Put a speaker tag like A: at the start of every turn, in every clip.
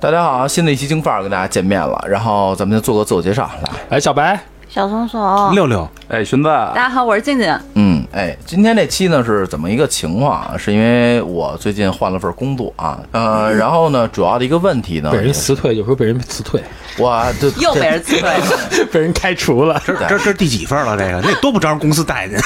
A: 大家好，新的一期京范儿跟大家见面了，然后咱们就做个自我介绍，来，
B: 哎，小白，
C: 小松松，
B: 六六，
D: 哎，荀子，
C: 大家好，我是静静。
A: 嗯，哎，今天这期呢是怎么一个情况啊？是因为我最近换了份工作啊，呃，然后呢，主要的一个问题呢
B: 被，人辞退，有时候被人辞退，
A: 我就
C: 又被人辞退了，
B: 被人开除了。
A: 对
E: 这这是第几份了？这个那多不招人公司待见。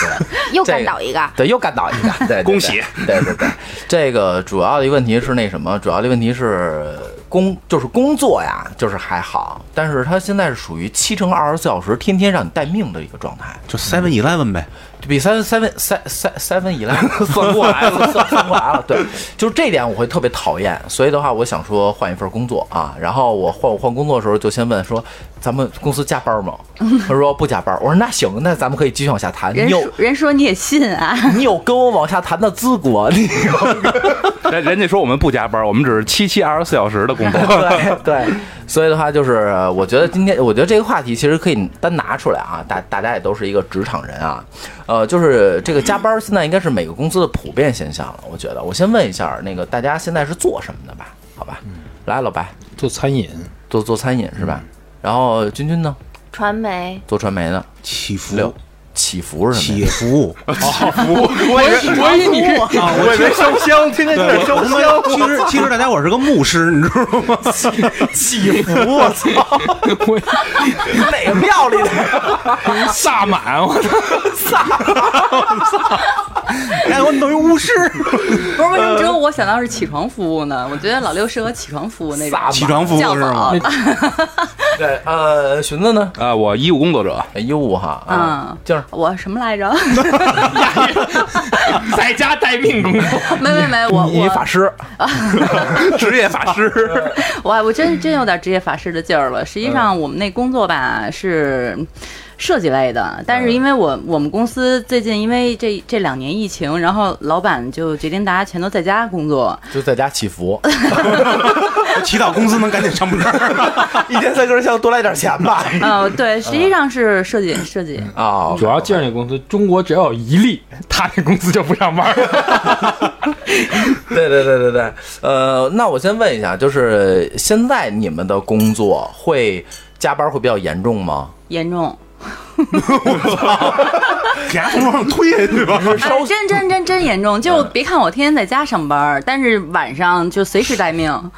F: 又
A: 这
F: 干倒一个，
A: 对，又干倒一个，对对，对
E: 恭喜！
A: 对对对，这个主要的问题是那什么，主要的问题是工，就是工作呀，就是还好，但是它现在是属于七乘二十四小时，天天让你待命的一个状态，
E: 就 Seven Eleven 呗，
A: 比三三分三三三分以来 算过来了，算算过来了。对，就是这点我会特别讨厌，所以的话，我想说换一份工作啊。然后我换我换工作的时候，就先问说咱们公司加班吗？他说不加班。我说那行，那咱们可以继续往下谈。
C: 人
A: 你有
C: 说人说你也信啊？
A: 你有跟我往下谈的资格，啊你有
D: 人人家说我们不加班，我们只是七七二十四小时的工作。
A: 对对。所以的话，就是我觉得今天，我觉得这个话题其实可以单拿出来啊，大大家也都是一个职场人啊，呃，就是这个加班现在应该是每个公司的普遍现象了。我觉得，我先问一下那个大家现在是做什么的吧？好吧，
E: 嗯
A: 来，老白
B: 做餐 饮，
A: 做做餐饮是吧？然后君君呢，
F: 传媒
A: 做传媒的，
E: 祈
A: 六
E: 福
A: 起伏是什么
E: 企
A: 呀？
E: 业服务。
D: 我以为我以为你是，我以为烧香，天天在烧香。
E: 其实其实大家我是个牧师，你知道吗？
A: 起伏，我操，哪个庙里的？
B: 萨满，我操！
E: 哎，我等于巫师，
C: 不是，为什么只有我想到是起床服务呢？我觉得老六适合起床服务那种。
E: 起床服务
C: 叫
E: 是吗
C: 早？，
A: 对，呃，寻子呢？
D: 啊，我医务工作者，
A: 哎呦哈，啊
C: 嗯，
A: 就是
C: 我什么来着？
B: 在家待命工作，
C: 没没没，我
A: 你
C: 我
A: 法 师，
D: 职业法 师。
C: 我我真真有点职业法师的劲儿了。实际上，我们那工作吧是设计类的，但是因为我我们公司最近因为这这两年疫情，然后老板就决定大家全都在家工作，
A: 就在家祈福，
E: 我 祈祷工资能赶紧上班儿。
A: 一天三更像多来点钱吧。
C: 呃，对，实际上是设计设计。
A: 啊，
B: 主要就是那公司，中国只要有一例，他那公司就不上班 了。
A: 对对对对对，呃，那我先问一下，就是现在你们的工作会加班会比较严重吗？
C: 严重，
E: 给他从楼上推下去吧。
C: 哎，真真真真严重！就别看我天天在家上班儿，但是晚上就随时待命。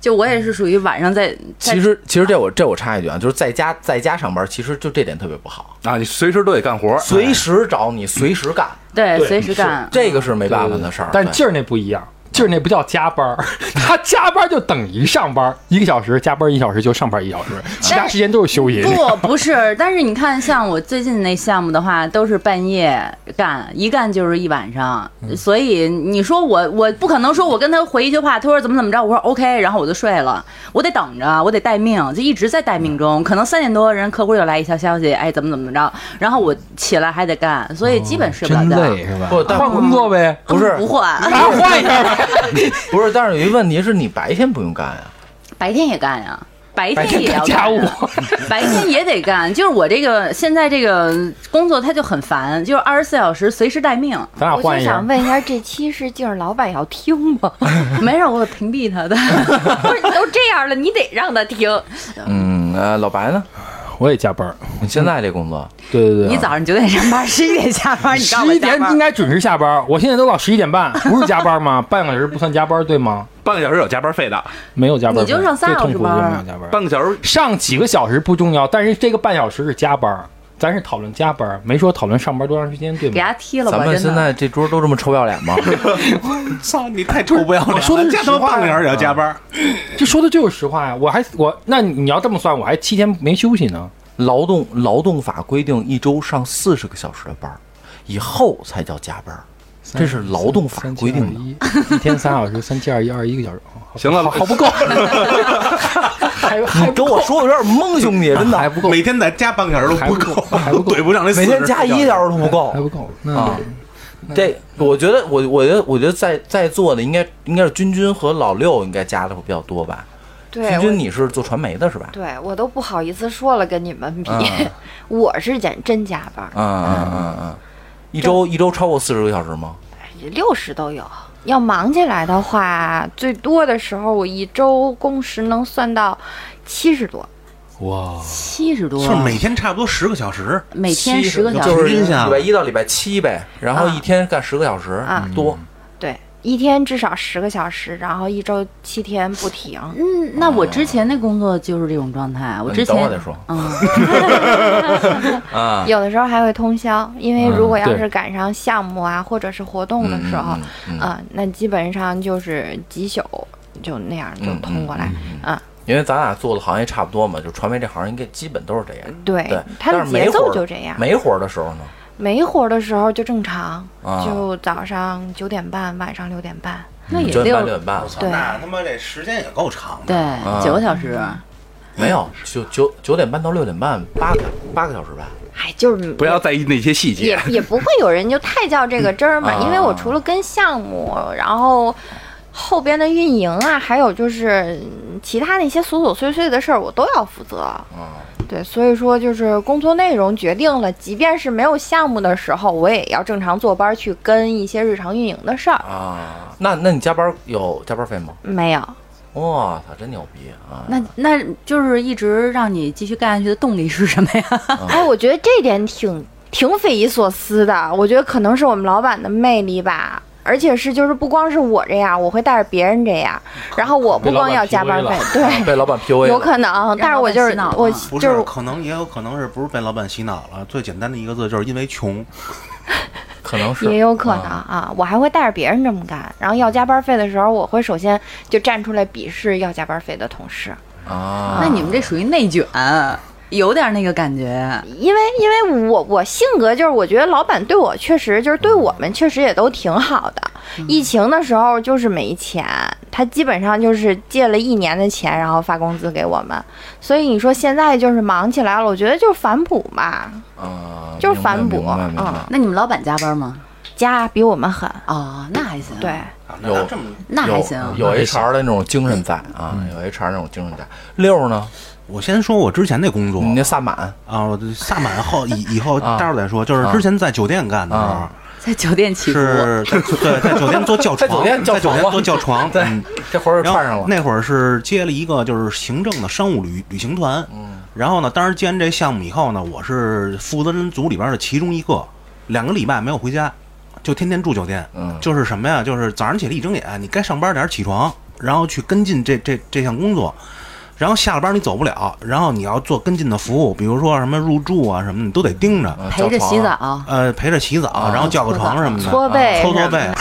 C: 就我也是属于晚上在，在
A: 其实其实这我这我插一句啊，就是在家在家上班，其实就这点特别不好，
D: 啊，你随时都得干活。
A: 随时找你，随时干，
C: 对随时干。
A: 这个是没办法的事儿。
B: 但
A: 对
B: 劲儿那不一样，劲儿那不叫加班儿，他加班就等于上班，一个小时加班一小时就上班一小时，其他时间都是休息。
C: 不，不是，但是你看，像我最近那项目的话，都是半夜干，一干就是一晚上，所以你说我，我不可能说我跟他回一句话，他说怎么怎么着，我说 OK，然后我就睡了，我得等着，我得待命，就一直在待命中，可能三点多人客户又来一条消息，哎，怎么怎么着，然后我起来还得干，所以基本睡不了
B: 真
C: 觉。
B: 累是吧？
A: 不但
B: 换工作呗，
A: 不是
C: 嗯不换，
B: 啊，换一下呗。
A: 不是，但是有一个问题是你白天不用干啊呀，
C: 白天也干呀，白
B: 白
C: 天
B: 天
C: 也要
B: 干家务
C: 干 啊，白天也得干。就是我这个现在这个工作，它就很烦，就是二十四小时随时 待命。
B: 咱俩
F: 我
B: 换
F: 就
B: 一下
F: 想。问一下，这期是竟是老板要听 吗？
C: 没事，我屏蔽他的。
F: 不是，都这样了，你得让他听。
A: 嗯，呃，老白呢？
B: 我也加班儿，
A: 你现在这工作，
B: 对对对啊。
C: 你早上九点上班，十一点下班，哎你告诉
B: 十
C: 我
B: 一点
C: 加班
B: 应该准时下班，我现在都到十一点半，不是加班吗？ 半个小时不算加班，对吗？
D: 半个小时有加班费的，
B: 没有加班费，
C: 你就上仨
B: 最
C: 小时
B: 痛苦的
C: 班
B: 就
C: 儿
B: 没有加班儿，
D: 半个小时
B: 上几个小时不重要，但是这个半小时是加班儿，咱是讨论加班儿，没说讨论上班多长时间，对
C: 给
B: 吗？
C: 他踢了吧，
A: 嗯咱们
C: 真
A: 现
C: 的。
A: 在这桌都这么臭不要脸吗？
E: 操你太臭不要脸了！
B: 说的是
E: 加他妈
B: 实话
E: 半个小时也要加班，
B: 这说的就是实话呀，我还我那你要这么算，我还七天没休息呢。
A: 劳动劳动法规定一周上四十个小时的班儿，以后才叫加班儿，这是劳动法规定的。
B: 的，一天三小时，三七二一，二十一个小时，哦好
D: 行了
B: 好好 不够，还还
A: 你跟我说的有点懵，兄弟，真的
B: 还不够，
E: 每天再加半个小时都
B: 还不
E: 够
B: 够还不，够
E: 怼不上那40
A: 每天加一小时都不够
B: 还不够，那
A: 啊。这我觉得，我我觉得，我觉得在在座的应该应该是君君和老六应该加的会比较多吧。
F: 对，
A: 君
F: 我
A: 君你是做传媒的是吧？
F: 对我都不好意思说了，跟你们比
A: 嗯，
F: 我是简真加
A: 啊
F: 班，
A: 嗯嗯嗯嗯，一周一周超过四十个小时吗？
F: 六十都有。要忙起来的话，最多的时候我一周工时能算到七十多。
B: 哇，
C: 七十多，
E: 就是每天差不多十个小时，
C: 每天十个小时，
A: 就是
E: 平均
A: 礼
E: 下来
A: 拜一到礼拜七呗，然后
F: 啊
A: 一天干十个小时、
F: 啊
A: 多。
F: 对，一天至少十个小时，然后一周七天不停。
C: 嗯，那我之前那工作就是这种状态，我之
A: 啊你
C: 前
A: 等会儿再说
C: 嗯，
A: 啊，
F: 有的时候还会通宵，因
A: 嗯
F: 为如果要
B: 对
F: 是赶上项目啊、或者是活动的时候，啊
A: 嗯、嗯嗯嗯
F: 那基本上就是几宿就那样就通过来
A: 嗯
F: 啊、
A: 因为咱俩做的行业差不多嘛，就传媒这行业应该基本都是这样。
F: 对
A: 对，
F: 它
A: 但
F: 的
A: 是没
F: 节奏
A: 活儿
F: 就这样。
A: 没活儿的时候呢，
F: 没活儿的时候就正常，
A: 啊
F: 就早上九点半，晚上六点半。
C: 那也
A: 九点半六
C: 六
A: 点半
E: 我操，
F: 对
E: 那他妈这时间也够长的。
A: 啊
C: 对九个小时，
A: 没有九九九点半到六点半，八个八个小时吧。
F: 哎，就是
D: 不要在意那些细节
F: 也。也不会有人就太较这个真儿嘛，
A: 啊
F: 因为我除了跟项目，然后后边的运营啊，还有就是嗯其他那些琐琐碎碎的事儿，我都要负责。对，所以说就是工作内容决定了，即便是没有项目的时候，我也要正常坐班去跟一些日常运营的事儿。
A: 啊，那那你加班有加班费吗？
F: 没有，
A: 哇操，真牛逼啊！
C: 那那就是一直让你继续干下去的动力是什么呀？
F: 哎，我觉得这点挺挺匪夷所思的，我觉得可能是我们老板的魅力吧。而且是就是不光是我这样，我会带着别人这样，然后我不光要加班费
B: 被老，
F: 对，
A: 被老板 PUA 了，
F: 有可能，但是我就是
C: 让老板洗脑
F: 我
C: 吗
E: 不，
F: 就是是
E: 可能也有可能是不是被老板洗脑了？最简单的一个字就是因为穷。
A: 可能是
F: 也有可能
A: 啊
F: 啊，我还会带着别人这么干。然后要加班费的时候，我会首先就站出来鄙视要加班费的同事，
A: 啊。
C: 那你们这属于内卷，有点那个感觉。
F: 因为因为我我性格就是我觉得老板对我确实就是对我们确实也都挺好的。疫情的时候就是没钱，他基本上就是借了一年的钱，然后发工资给我们。所以你说现在就是忙起来了，我觉得就是反哺嘛，
A: 啊，
F: 就是
A: 明白
F: 反哺
A: 明白明白
F: 嗯
C: 那你们老板加班吗？
F: 家比我们狠，
C: 哦，那还行，
F: 对。，
E: 啊
A: 有
E: 那咱这么，
C: 那还行。啊
A: 有有 HR 的那种精神在啊，有 HR 那种精神在。六呢，
E: 我先说我之前那工作
A: 你那萨满
E: 啊，我这萨满后以以后
A: 啊
E: 待会儿再说。就是之前在酒店干的时候。
A: 啊
C: 在酒店起伏，
E: 是在对，在酒店做教
A: 在
E: 床，
A: 酒店叫
E: 在酒
A: 床
E: 店
A: 吗
E: 做教床，
A: 对
E: 嗯
A: 这活儿
E: 然
A: 串上
E: 后
A: 了，
E: 那会儿是接了一个就是行政的商务旅旅行团，嗯，然后呢，当时接完这项目以后呢，我是负责人组里边的其中一个，两个礼拜没有回家，就天天住酒店，
A: 嗯
E: 就是什么呀，就是早上起来一睁眼，你该上班点儿起床，然后去跟进这这这项工作。然后下了班你走不了，然后你要做跟进的服务，比如说什么入住啊什么的，你都得盯着。
A: 啊
C: 陪着洗，
A: 叫床
C: 澡，
E: 呃，陪着洗澡，然后叫个床什么的，
F: 搓背
E: 搓搓
F: 什么
E: 背
F: 的，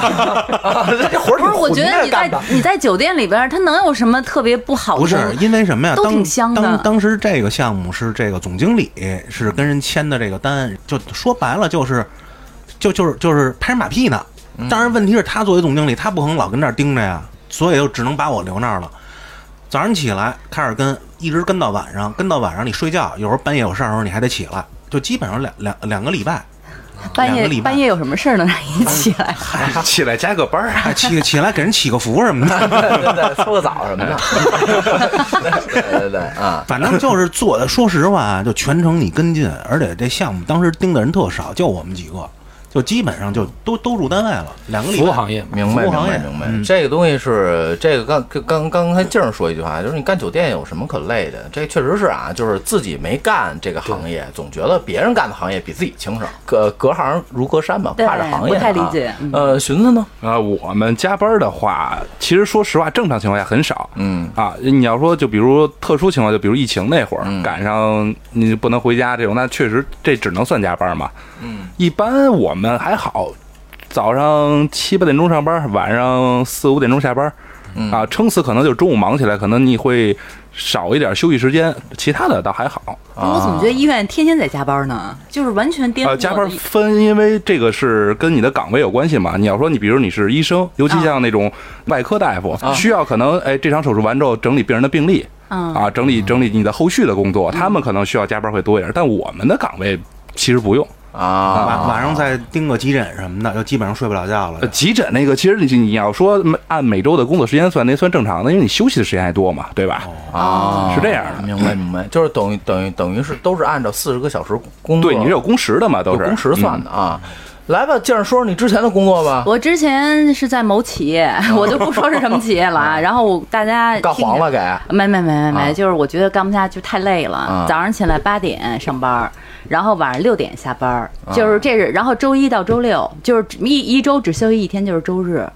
A: 啊这活儿
C: 不是？我觉得你在
A: 干的。
C: 你在酒店里边，他能有什么特别不好的？
E: 不是因为什么呀？
C: 都挺
E: 当
C: 香的
E: 当当时这个项目是这个总经理是跟人签的这个单，就说白了就是，就就是就是拍人马屁呢。当然，问题是他作为总经理，他不可能老跟这儿盯着呀，所以就只能把我留那儿了。早上起来开始跟，一直跟到晚上，跟到晚上你睡觉，有时候半夜有事儿的时候你还得起来，就基本上两两两个礼拜，
C: 半
E: 两个
C: 夜
E: 礼拜
C: 半夜有什么事儿能让你起来？
D: 起来加个班儿，
E: 哎起起来给人起个福什么的。
A: 对对，搓个澡什么的， 对对对啊，
E: 反正就是做的，说实话啊，就全程你跟进，而且这项目当时盯的人特少，就我们几个，就基本上就都都入单位了，两个礼
B: 服务
E: 拜。
B: 行业嘛，
A: 明白明
E: 服务行
A: 白
E: 业
A: 明
E: 嗯
A: 白，这个东西是这个刚刚刚刚才静儿说一句话，就是你干酒店有什么可累的？这确实是啊，就是自己没干这个行业，总觉得别人干的行业比自己轻省，隔隔行如隔山嘛，
C: 对
A: 跨着行业啊
C: 不太理解嗯
A: 呃，寻思呢，
D: 啊，我们加班的话，其实说实话，正常情况下很少。
A: 嗯
D: 啊，你要说就比如特殊情况，就比如疫情那会儿，赶上你不能回家这种，那确实这只能算加班嘛。嗯，一般我们还好，早上七八点钟上班，晚上四五点钟下班。啊，撑死可能就中午忙起来，可能你会少一点休息时间，其他的倒还好。
C: 我怎么觉得医院天天在加班呢？就是完全颠覆我
D: 呃，
C: 的。
D: 加班分，因为这个是跟你的岗位有关系嘛。你要说你，比如你是医生，尤其像那种外科大夫，需要可能哎这场手术完之后整理病人的病历，
C: 嗯
D: 啊，整理整理你的后续的工作，他们可能需要加班会多一点，但我们的岗位其实不用。
A: 啊
E: 晚，晚上再盯个急诊什么的，就基本上睡不了觉了
D: 呃，。急诊那个其实你你要说按每周的工作时间算，那算正常的，因为你休息的时间还多嘛，对吧？
A: 啊，
D: 是这样的嗯
A: 明白明白，就是等于等于等于是都是按照四十个小时工作，
D: 对，你是有工时的嘛，都嗯
A: 有
D: 是
A: 工时算的啊。来吧，接着说说你之前的工作吧。
C: 我之前是在某企业，我就不说是什么企业了啊。然后我大家
A: 干
C: 听
A: 黄
C: 着
A: 了给，
C: 没没没没没，
A: 啊
C: 就是我觉得干不下去，太累了。
A: 啊
C: 早上起来八点上班儿，然后晚上六点下班儿，
A: 啊
C: 就是这是，然后周一到周六就是一一周只休息一天，就是周日。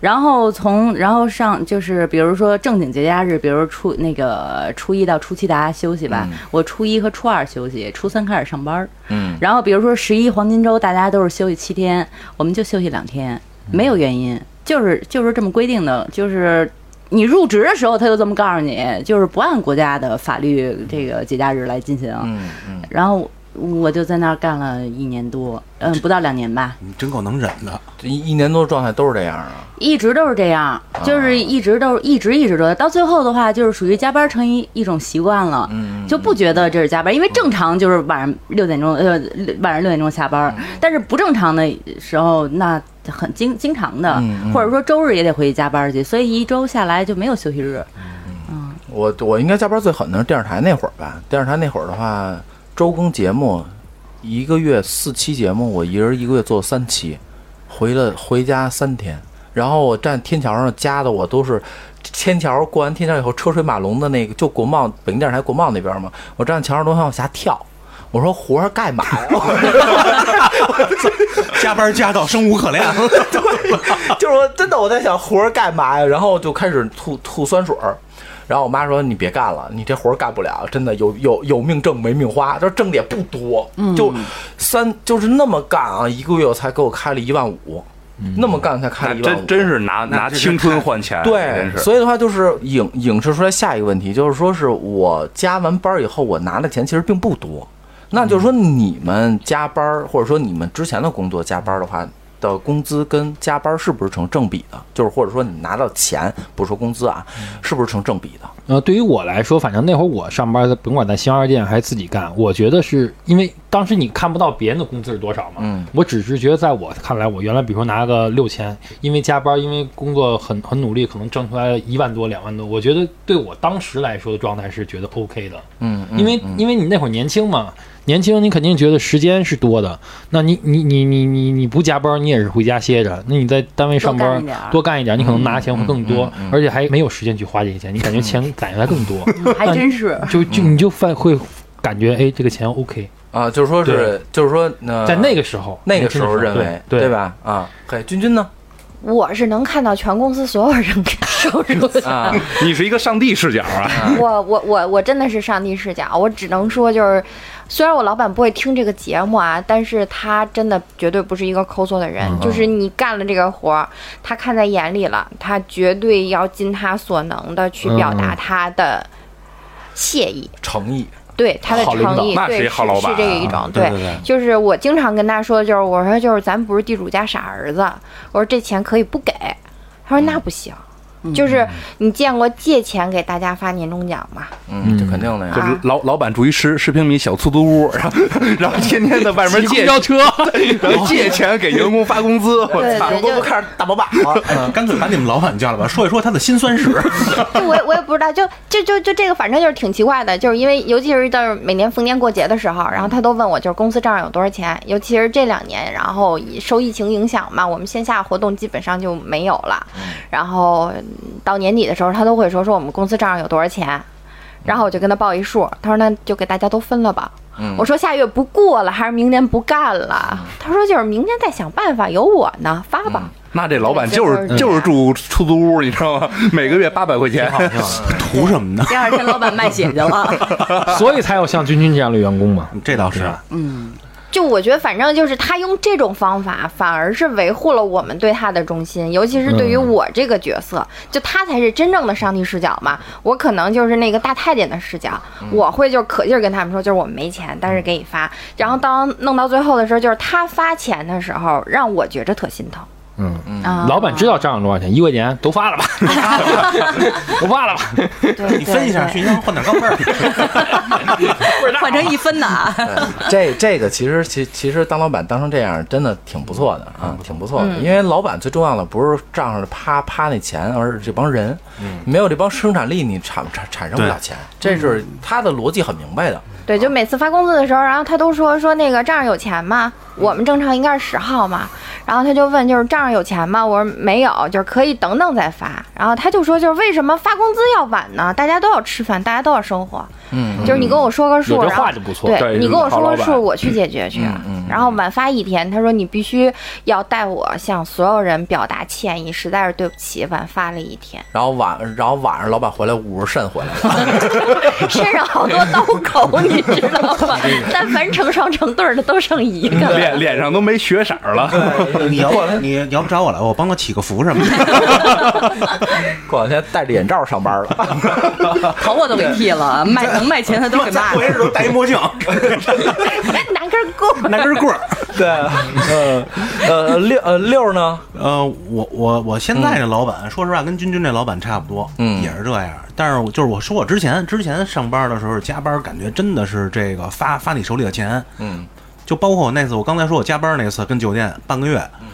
C: 然后从然后上就是比如说正经节假日，比如初那个初一到初七大家休息吧，我初一和初二休息，初三开始上班儿。
A: 嗯，
C: 然后比如说十一黄金周，大家都是休息七天，我们就休息两天，没有原因，就是就是这么规定的，就是你入职的时候他就这么告诉你，就是不按国家的法律这个节假日来进行。
A: 嗯嗯，
C: 然后我就在那儿干了一年多，嗯，不到两年吧，
E: 你真够能忍的。
A: 这一一年多的状态都是这样啊。
C: 一直都是这样，就是一直都是一直一直都到最后的话，就是属于加班成一一种习惯了。
A: 嗯，
C: 就不觉得这是加班，因为正常就是晚上六点钟，呃，六晚上六点钟下班，
A: 嗯
C: 但是不正常的时候，那很经经常的，
A: 嗯嗯
C: 或者说周日也得回去加班去，所以一周下来就没有休息日。
A: 我我应该加班最狠的是电视台那会儿吧。电视台那会儿的话，周更节目，一个月四期节目，我一人一个月做三期，回了回家三天。然后我站天桥上夹的我都是天桥过完天桥以后车水马龙的那个，就国贸北京电视台国贸那边嘛，我站桥上都想往下跳。我说活儿干嘛呀？
E: 加班加到生无可恋了，
A: 就是我真的我在想活儿干嘛呀，然后就开始吐吐酸水儿。然后我妈说：“你别干了，你这活儿干不了，真的有有有命挣没命花。”就是挣的也不多，就三就是那么干啊，一个月我才给我开了一万五，那么干才开
D: 嗯那
A: 了一万五，
D: 真真是拿拿青春换钱，
A: 对
D: 真，是。
A: 所以的话就是影影射出来下一个问题，就是说是我加完班儿以后，我拿的钱其实并不多。那就是说，
B: 嗯
A: 你们加班儿，或者说你们之前的工作加班儿的话，的工资跟加班儿是不是成正比的？就是或者说你拿到钱，不说工资啊，
B: 嗯
A: 是不是成正比的？
B: 呃，对于我来说，反正那会儿我上班，甭管在星巴克店还是自己干，我觉得是因为当时你看不到别人的工资是多少嘛。
A: 嗯
B: 我只是觉得，在我看来，我原来比如说拿个六千，因为加班，因为工作很很努力，可能挣出来一万多、两万多。我觉得对我当时来说的状态是觉得 OK 的。
A: 嗯，
B: 因为因为你那会儿年轻嘛，年轻你肯定觉得时间是多的，那你你你你你你不加班，你也是回家歇着。那你在单位上
C: 多干
B: 班
C: 一点儿
B: 多干一点儿，你可能拿的钱会更
A: 嗯
B: 多，而且还没有时间去花这些钱，你感觉钱攒下来更多，
F: 嗯
C: 还真是，
B: 就就
A: 嗯
B: 你就犯会感觉哎这个钱 OK，
A: 啊，就是说是
B: 对，
A: 就是说，呃
B: 在那个时候
A: 那个
B: 年
A: 时
B: 轻的时
A: 候认为，
B: 对
A: 对？吧？啊，嘿，君君 呢？
F: 我是能看到全公司所有人的收入的。
A: 啊，
D: 你是一个上帝视角啊！
F: 我我我我真的是上帝视角，我只能说就是，虽然我老板不会听这个节目啊，但是他真的绝对不是一个抠搜的人，
D: 嗯
F: 就是你干了这个活儿，他看在眼里了，他绝对要尽他所能的去表
D: 嗯
F: 达他的谢意，
A: 诚意，
F: 对他的
B: 好领导
F: 诚意，
D: 那
F: 对
D: 是一好老板
F: 是这
D: 啊
F: 一种，
E: 对对对
F: 就是我经常跟他说的就是，我说就是咱不是地主家傻儿子，我说这钱可以不给，他说
D: 嗯
F: 那不行，就是你见过借钱给大家发年终奖吗？
A: 嗯，这肯定的呀
D: 就。是老老板住一十十平米小出租屋，然后 然后天天的外面借
B: 车，
D: 然后借钱给员工发工资， 我
F: 对
D: 操！
F: 对，就
A: 开始大宝马了，
E: 呃干脆把你们老板叫来吧，说一说他的辛酸史。
F: 就我也我也不知道，就就就就这个，反正就是挺奇怪的，就是因为尤其是到每年逢年过节的时候，然后他都问我就是公司账上有多少钱，尤其是这两年，然后受疫情影响嘛，我们线下活动基本上就没有了，然后嗯到年底的时候，他都会说说我们公司账上有多少钱。然后我就跟他报一数，他说那就给大家都分了吧。
A: 嗯
F: 我说下月不过了，还是明年不干了。他说就是明年再想办法，有我呢，发吧。
D: 那这老板就是
F: 嗯
D: 就是住出租屋，你知道吗？每个月八百块钱，
E: 图什么呢？
C: 第二天老板卖血去 了。
B: 所以才有像君君这样的员工嘛。
E: 这倒是，啊
C: 嗯，
F: 就我觉得，反正就是他用这种方法，反而是维护了我们对他的忠心，尤其是对于我这个角色，就他才是真正的上帝视角嘛。我可能就是那个大太监的视角，我会就可劲儿跟他们说，就是我们没钱，但是给你发。然后当弄到最后的时候，就是他发钱的时候，让我觉着特心疼。
B: 嗯，
C: 啊
B: 老板知道账上多少钱，一块钱都发了 吧，都发了吧，
F: 对，
E: 你分一下，
F: 啊对
E: 熏
F: 对
E: 香换点钢镚儿。
C: 换成一分的啊，
A: 这这个其实其其实当老板当成这样真的挺不错的啊，挺不错的。因为老板最重要的不是账上的啪啪那钱，而是这帮嗯人，没有这帮生产力，你产产产生不了钱。这是他的逻辑很明白的。
F: 对，就每次发工资的时候，然后他都说说那个账上有钱吗？我们正常应该是十号嘛，然后他就问就是账上有钱吗？我说没有，就是可以等等再发。然后他就说就是为什么发工资要晚呢？大家都要吃饭，大家都要生活，
A: 嗯，
F: 就是你跟我 说个数，
B: 有这
F: 然后
B: 话就不错
F: 对
D: 对
F: 你跟我说
D: 好
F: 个
D: 老板
F: 数，我去解决去。然后晚发一天，他说你必须要代我向所有人表达歉意，实在是对不起，晚发了一天，
A: 然后晚，然后晚上老板回来五十肾回来了，
F: 身上好多刀口，你知道吗？但凡成双成对儿的都剩一个 了。
D: 脸脸上都没血色儿了。
E: 你要不你你要不找我来，我帮个起个福什么的。
A: 过两天戴着眼罩上班了。
C: 头发都给剃了，卖能卖钱的都给卖 了。
E: 回时候戴一墨镜，
F: 拿根棍儿。
E: 拿根棍儿。
A: 对，呃呃六呃六呢？
E: 呃，我我我现在这老板，说实话跟君君这老板差不多，
A: 嗯
E: 也是这样。但是我就是我说我之前之前上班的时候加班，感觉真的是这个发发你手里的钱，
A: 嗯，
E: 就包括我那次我刚才说我加班那次跟酒店半个月，
A: 嗯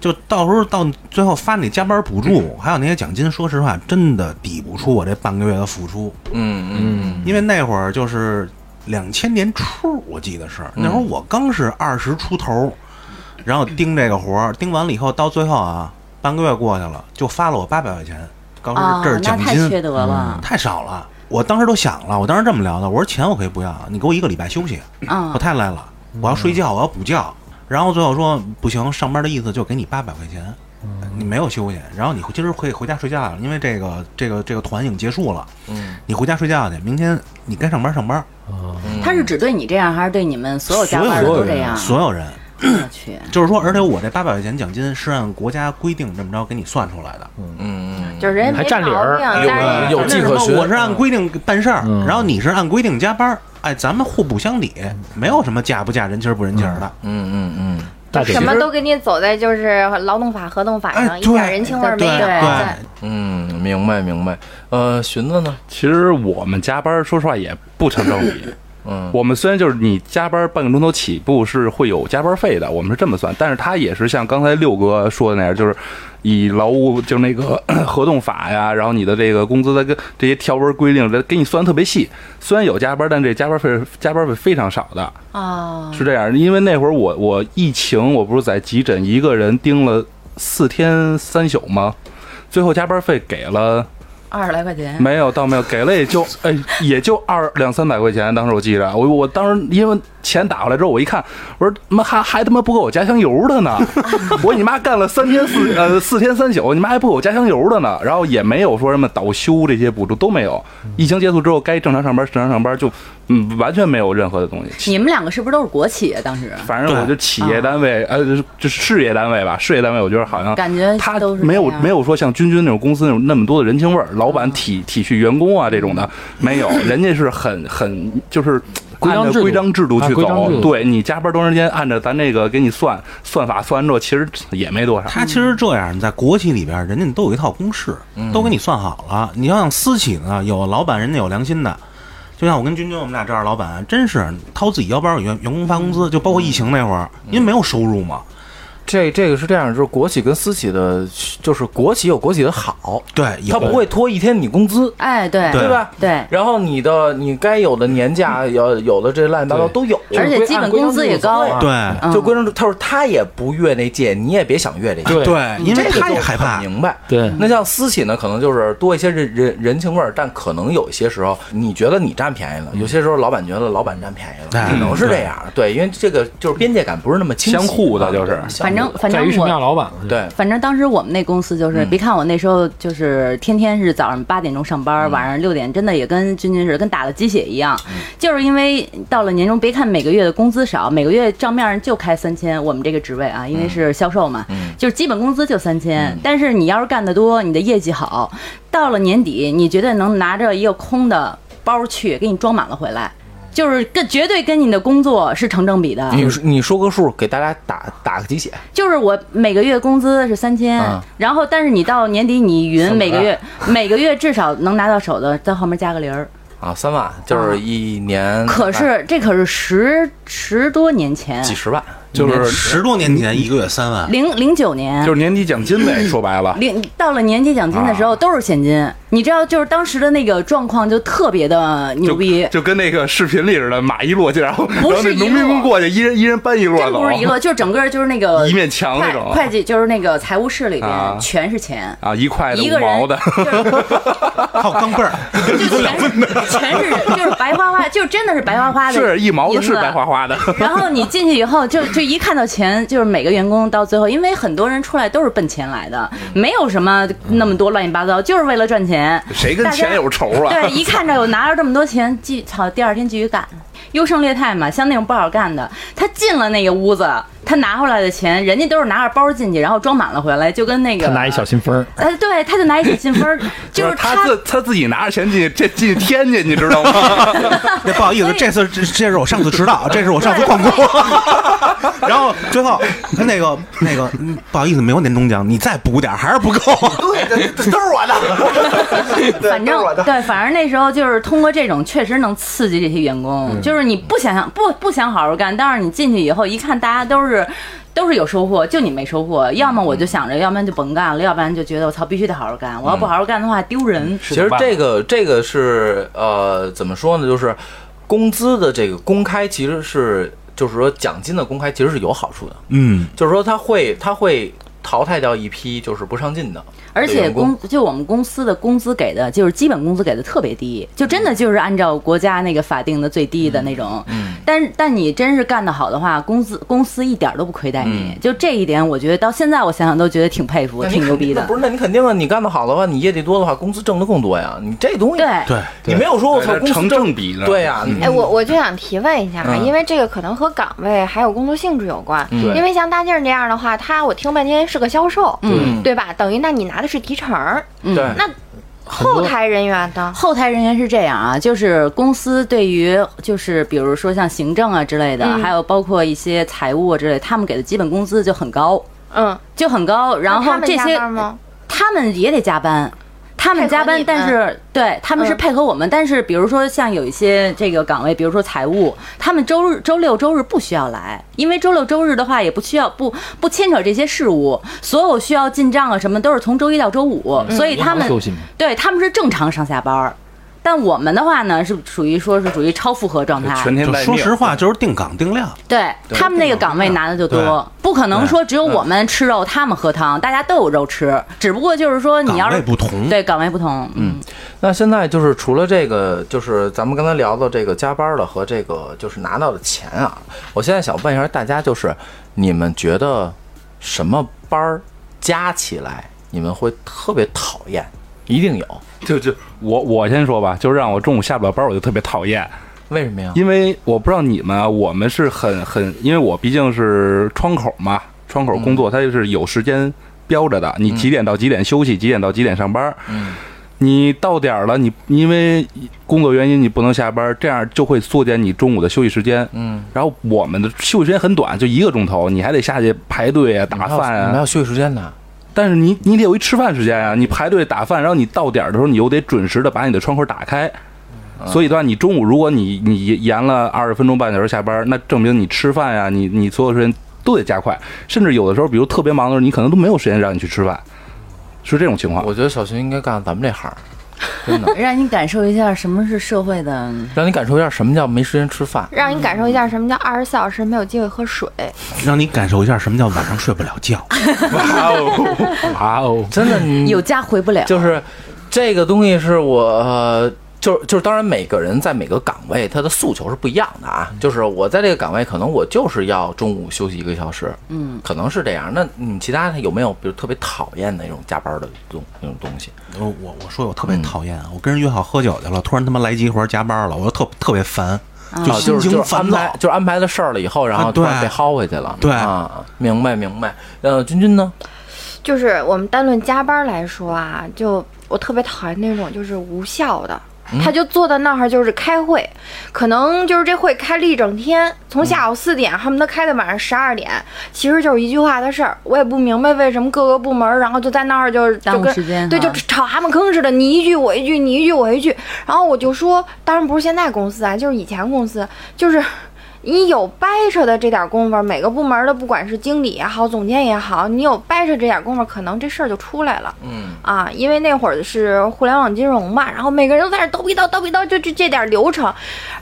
E: 就到时候到最后发你加班补助，还有那些奖金，说实话真的抵不出我这半个月的付出。
A: 嗯
E: 因为那会儿就是两千年初，我记得是那
A: 嗯
E: 会儿我刚是二十出头，然后盯这个活儿，盯完了以后，到最后啊，半个月过去了，就发了我八百块钱，告
C: 啊
E: 诉，这是
C: 那
E: 奖
C: 太
E: 金，
C: 缺德了。
E: 太少了。我当时都想了，我当时这么聊的，我说钱我可以不要，你给我一个礼拜休息，
C: 嗯
E: 我，太累了，我要睡觉，我要补觉。然后最后说不行，上班的意思就给你八百块钱，你没有休息，然后你今儿可以回家睡觉了，因为这个这个这个团已经结束了。
A: 嗯
E: 你回家睡觉去，明天你该上班上班。
C: 他是只对你这样，还是对你们所有加
E: 所有
C: 班的都
E: 人，
C: 这样？
E: 所有人，
C: 我去，
E: 就是说，而且我这八百块钱奖金是按国家规定这么着给你算出来的，
A: 嗯嗯，
F: 就是人家
B: 还占
F: 没
B: 理
F: 毛
B: 儿
F: 病，
A: 有
E: 哎
A: 呃
F: 但是
A: 有迹可循
E: 我是按规定办事儿，
B: 嗯
E: 然后你是按规定加班儿。哎，咱们互不相抵，没有什么嫁不嫁、人情儿不人情儿的。
A: 嗯嗯
B: 大姐
F: 什么
B: 其实
F: 都给你走在就是劳动法、合同法上，
E: 哎，
F: 嗯一点
E: 对，
F: 人情味儿没有。
E: 对对，
A: 嗯嗯，明白明白。呃，寻子呢？
D: 其实我们加班，说实话也不成正比。
A: 嗯
D: 我们虽然就是你加班半个钟头起步是会有加班费的，我们是这么算，但是他也是像刚才六哥说的那样，就是以劳务就那个合同法呀，然后你的这个工资的跟这些条文规定，这给你算得特别细。虽然有加班，但这加班费加班费非常少的，
F: 啊，
D: 是这样。因为那会儿我我疫情，我不是在急诊一个人盯了四天三宿吗？最后加班费给了
C: 二十来块钱，
D: 没有，倒没有，给了也就哎，也就二两三百块钱。当时我记着，我我当时因为钱打过来之后，我一看，我说他妈还还他妈不够我家乡油的呢！我说你妈干了三天四呃四天三宿，你妈还不够我家乡油的呢。然后也没有说什么倒休这些补助都没有。疫情结束之后，该正常上班正常上班就，嗯完全没有任何的东西。
C: 你们两个是不是都是国企啊？当时
D: 反正我就企业单位，呃，就是就是事业单位吧，事业单位，我觉得好像
C: 感觉
D: 他
C: 都是
D: 没有
C: 这样嗯
D: 没有说像君君那种公司那种那么多的人情味儿，老板体体恤员工啊这种的没有，人家是很很就是。
B: 规章
D: 按
B: 制
D: 照
B: 度
D: 规章制度
B: 啊
D: 去
B: 规章
D: 走
B: 制，度
D: 对你加班多长时间，按照咱这个给你算算法算完之后，其实也没多少。
E: 他其实这样，你在国企里边儿，人家都有一套公式，
A: 嗯
E: 都给你算好了。你要想私企呢，有老板人家有良心的，就像我跟君君我们俩这样，老板真是掏自己腰包给员员工发工资，就包括疫情那会儿，
A: 嗯
E: 因为没有收入嘛，
A: 这这个是这样，就是国企跟私企的，就是国企有国企的好，
E: 对，有
A: 他不会拖一天你工资，
C: 哎，对
E: 对
A: 对吧？
C: 对
A: 然后你的你该有的年假，有有的这乱七八糟都有，
C: 而且基本工资也高
E: 对。
C: 嗯
A: 就规章制度，他说他也不越那界，你也别想越这界。
B: 对
E: 对，因为
A: 嗯这个
E: 他
A: 就
E: 也害怕
A: 很，明白。
B: 对
A: 那像私企呢，可能就是多一些人人人情味儿，但可能有一些时候，你觉得你占便宜了，有些时候老板觉得老板占便宜了，
E: 哎
A: 可能是这样。对，因为这个就是边界感不是那么清晰，
D: 相互的就是
A: 相
C: 反
A: 互的
C: 正反
B: 在
C: 正
B: 于什么样
C: 我。
B: 的老板了。
A: 对，
C: 反正当时我们那公司就是，别看我那时候就是天天是早上八点钟上班，晚上六点，真的也跟君君似的，跟打了鸡血一样。就是因为到了年终，别看每个月的工资少，每个月账面上就开三千，我们这个职位啊，因为是销售嘛，就是基本工资就三千。但是你要是干得多，你的业绩好，到了年底，你绝对能拿着一个空的包去，给你装满了回来，就是跟绝对跟你的工作是成正比的。
A: 你说你说个数，给大家打打个鸡血，
C: 就是我每个月工资是三千、
A: 啊
C: 然后但是你到年底你匀每个月 每个月至少能拿到手的，在后面加个
D: 嗯
C: 零儿。
A: 啊，三万就是一年，
C: 可是这可是十十多年前，
A: 几十万，
D: 就是
E: 十多年前一个月 三万，
C: 零零九年，嗯
D: 就是年底奖金呗，说白了，啊
C: 零到了年底奖金的时候都是现金，你知道，就是当时的那个状况就特别的牛
D: 就
C: 逼，
D: 就跟那个视频里似的，马一摞去，然后然
C: 不
D: 后
C: 是
D: 那
C: 一
D: 农民工
C: 摞
D: 过去，一人一人搬一摞
C: 真
D: 走
C: 不是一 摞，就是整个就是那个
D: 一面墙那
C: 会
D: 种
C: 会计，就是那个财务室里
D: 啊
C: 边全是钱，
D: 啊，一块的
C: 一
D: 五
C: 个人
D: 毛的，
E: 还有钢镚儿，
C: 就全 是全是就是白花花，就真的是白花花的，
D: 是一毛的，是白 花。花的，
C: 然后你进去以后，就就一看到钱，就是每个员工到最后，因为很多人出来都是奔钱来的，
D: 嗯
C: 没有什么那么多乱七八糟，就是为了赚钱。
D: 谁跟嗯钱有仇啊？
C: 对，一看着有拿着这么多钱，继好第二天继续干，优胜劣汰嘛。像那种不好干的，他进了那个屋子，他拿回来的钱，人家都是拿着包进去，然后装满了回来，就跟那个
B: 他拿一小信封儿，
C: 哎，对，他就拿一小信封 儿，就是
D: 不是他自他自己拿着钱进去，这进天去，你知道吗？
E: 这不好意思，这次这这是我上次迟到，这是我上次旷工。 然后最后那个那个嗯不好意思，没有年终奖，你再补点儿还是不够。
A: 对， 这都是 我的，对
C: 反
A: 都是我
C: 正
A: 的
C: 对，反正那时候就是通过这种，确实能刺激这些员工。就是你不想想不不想好好干，但是你进去以后一看，大家都是都是有收获，就你没收获。要么我就想着，要不然就甭干了，要不然就觉得我操必须得好好干。我要不好好干的话丢人。
A: 其实这个这个是呃，怎么说呢？就是工资的这个公开，其实是就是说奖金的公开，其实是有好处的。
E: 嗯，
A: 就是说它会它会淘汰掉一批就是不上进的，
C: 而且
A: 员工
C: 工就我们公司的工资给的，就是基本工资给的特别低，就真的就是按照国家那个法定的最低的那种。嗯，但但你真是干得好的话，公司公司一点儿都不亏待你。就这一点，我觉得到现在我想想都觉得挺佩服，
A: 那你
C: 挺牛
A: 肯
C: 逼
A: 那
C: 的
A: 不。是，那你肯定啊，你干得好的话，你业绩多的话，工资挣得更多呀。你这东西，
C: 对，
E: 对，
A: 你没有说我操，
D: 对
A: 公司
D: 哎成正比呢
A: 对呀，你
F: 哎，
E: 嗯
F: 我我就想提问一下，
A: 嗯
F: 因为这个可能和岗位还有工作性质有关。
B: 嗯
A: 对
F: 因为像大静这样的话，他我听半天是个销售，
A: 嗯
F: 对吧？等于那你拿的是提成儿，
A: 对
E: 哎
C: 嗯
F: 那后台人员呢？
C: 后台人员是这样啊，就是公司对于就是比如说像行政啊之类的，
F: 嗯
C: 还有包括一些财务啊之类，他们给的基本工资就很高，
F: 嗯，
C: 就很高。然
F: 那
C: 后
F: 他们
C: 这
F: 加
C: 些
F: 班吗？
C: 他们也得加班。他们加班，
F: 配合你
C: 但
F: 们
C: 是对他们是
F: 嗯
C: 配合我们，但是比如说像有一些这个岗位，比如说财务，他们周日、周六、周日不需要来，因为周六、周日的话也不需要不不牵扯这些事务，所有需要进账啊什么都是从周一到周五，
F: 嗯
C: 所以他们
B: 银行 休息嘛
C: 对他们是正常上下班儿，但我们的话呢是属于说是属于超负荷状态，
D: 全天
E: 就
D: 待
E: 说
D: 命
E: 实话，就是定岗定量。
C: 对他们那个岗位拿的就多，不可能说只有我们吃肉，他们喝汤，大家都有肉吃，只不过就是说你要
E: 岗
C: 是
E: 位不同
C: 对岗位不同，嗯，
A: 那现在就是除了这个，就是咱们刚才聊到这个加班的和这个就是拿到的钱啊，我现在想问一下大家，就是你们觉得什么班儿加起来你们会特别讨厌？一定有，
D: 就就我我先说吧，就是让我中午下不了班，我就特别讨厌，
A: 为什么呀？
D: 因为我不知道你们，啊，我们是很很，因为我毕竟是窗口嘛，窗口
A: 嗯
D: 工作，它就是有时间标着的，你几点到几点休息，几点到几点上班。
A: 嗯，
D: 你到点儿了，你因为工作原因你不能下班，这样就会缩减你中午的休息时间。
A: 嗯，
D: 然后我们的休息时间很短，就一个钟头，你还得下去排队啊、打饭
A: 你们还
D: 啊。
A: 有休息时间呢？
D: 但是你你得有一吃饭时间啊，你排队打饭，然后你到点儿的时候，你又得准时的把你的窗口打开。所以的话，你中午如果你你延了二十分钟半小时下班，那证明你吃饭呀、你你所有时间都得加快，甚至有的时候，比如特别忙的时候，你可能都没有时间让你去吃饭，是这种情况。
A: 我觉得小熊应该干咱们这行儿，真的，
C: 让你感受一下什么是社会的，
A: 让你感受一下什么叫没时间吃饭。
F: 让你感受一下什么叫二十四小时没有机会喝水。
E: 让你感受一下什么叫晚上睡不了觉。
D: 哇哦，
B: 哇哦，
A: 真的，你
C: 有家回不了，
A: 就是这个东西是我。呃就就是，当然，每个人在每个岗位，他的诉求是不一样的啊。就是我在这个岗位，可能我就是要中午休息一个小时，
C: 嗯，
A: 可能是这样。那你其他的有没有，比如特别讨厌的那种加班的东那种东西？
E: 我呃我我说我特别讨厌啊，我跟人约好喝酒去了，突然他妈来急活加班了，我就特特别烦，就
A: 啊，就
E: 心
A: 是就
E: 情
A: 是
E: 烦
A: 安排
E: 躁。
A: 就是安排的事儿了以后，然后
E: 啊
A: 突然
E: 对
A: 被薅回去了。
E: 对
A: 啊，明白明白。呃，君君呢？
F: 就是我们单论加班来说啊，就我特别讨厌那种就是无效的。他就坐在那儿，就是开会，可能就是这会开了一整天，从下午四点恨不得开到晚上十二点，其实就是一句话的事儿。我也不明白为什么各个部门儿，然后就在那儿就是
C: 耽
F: 就
C: 误
F: 跟
C: 时间啊
F: 对，
C: 哈
F: 就吵蛤蟆坑似的，你一句我一句，你一句我一句。然后我就说，当然不是现在公司啊，就是以前公司，就是你有掰扯的这点功夫，每个部门的不管是经理也好，总监也好，你有掰扯这点功夫，可能这事儿就出来了。
A: 嗯
F: 啊，因为那会儿是互联网金融嘛，然后每个人都在那儿叨逼叨叨逼叨，就这这点流程，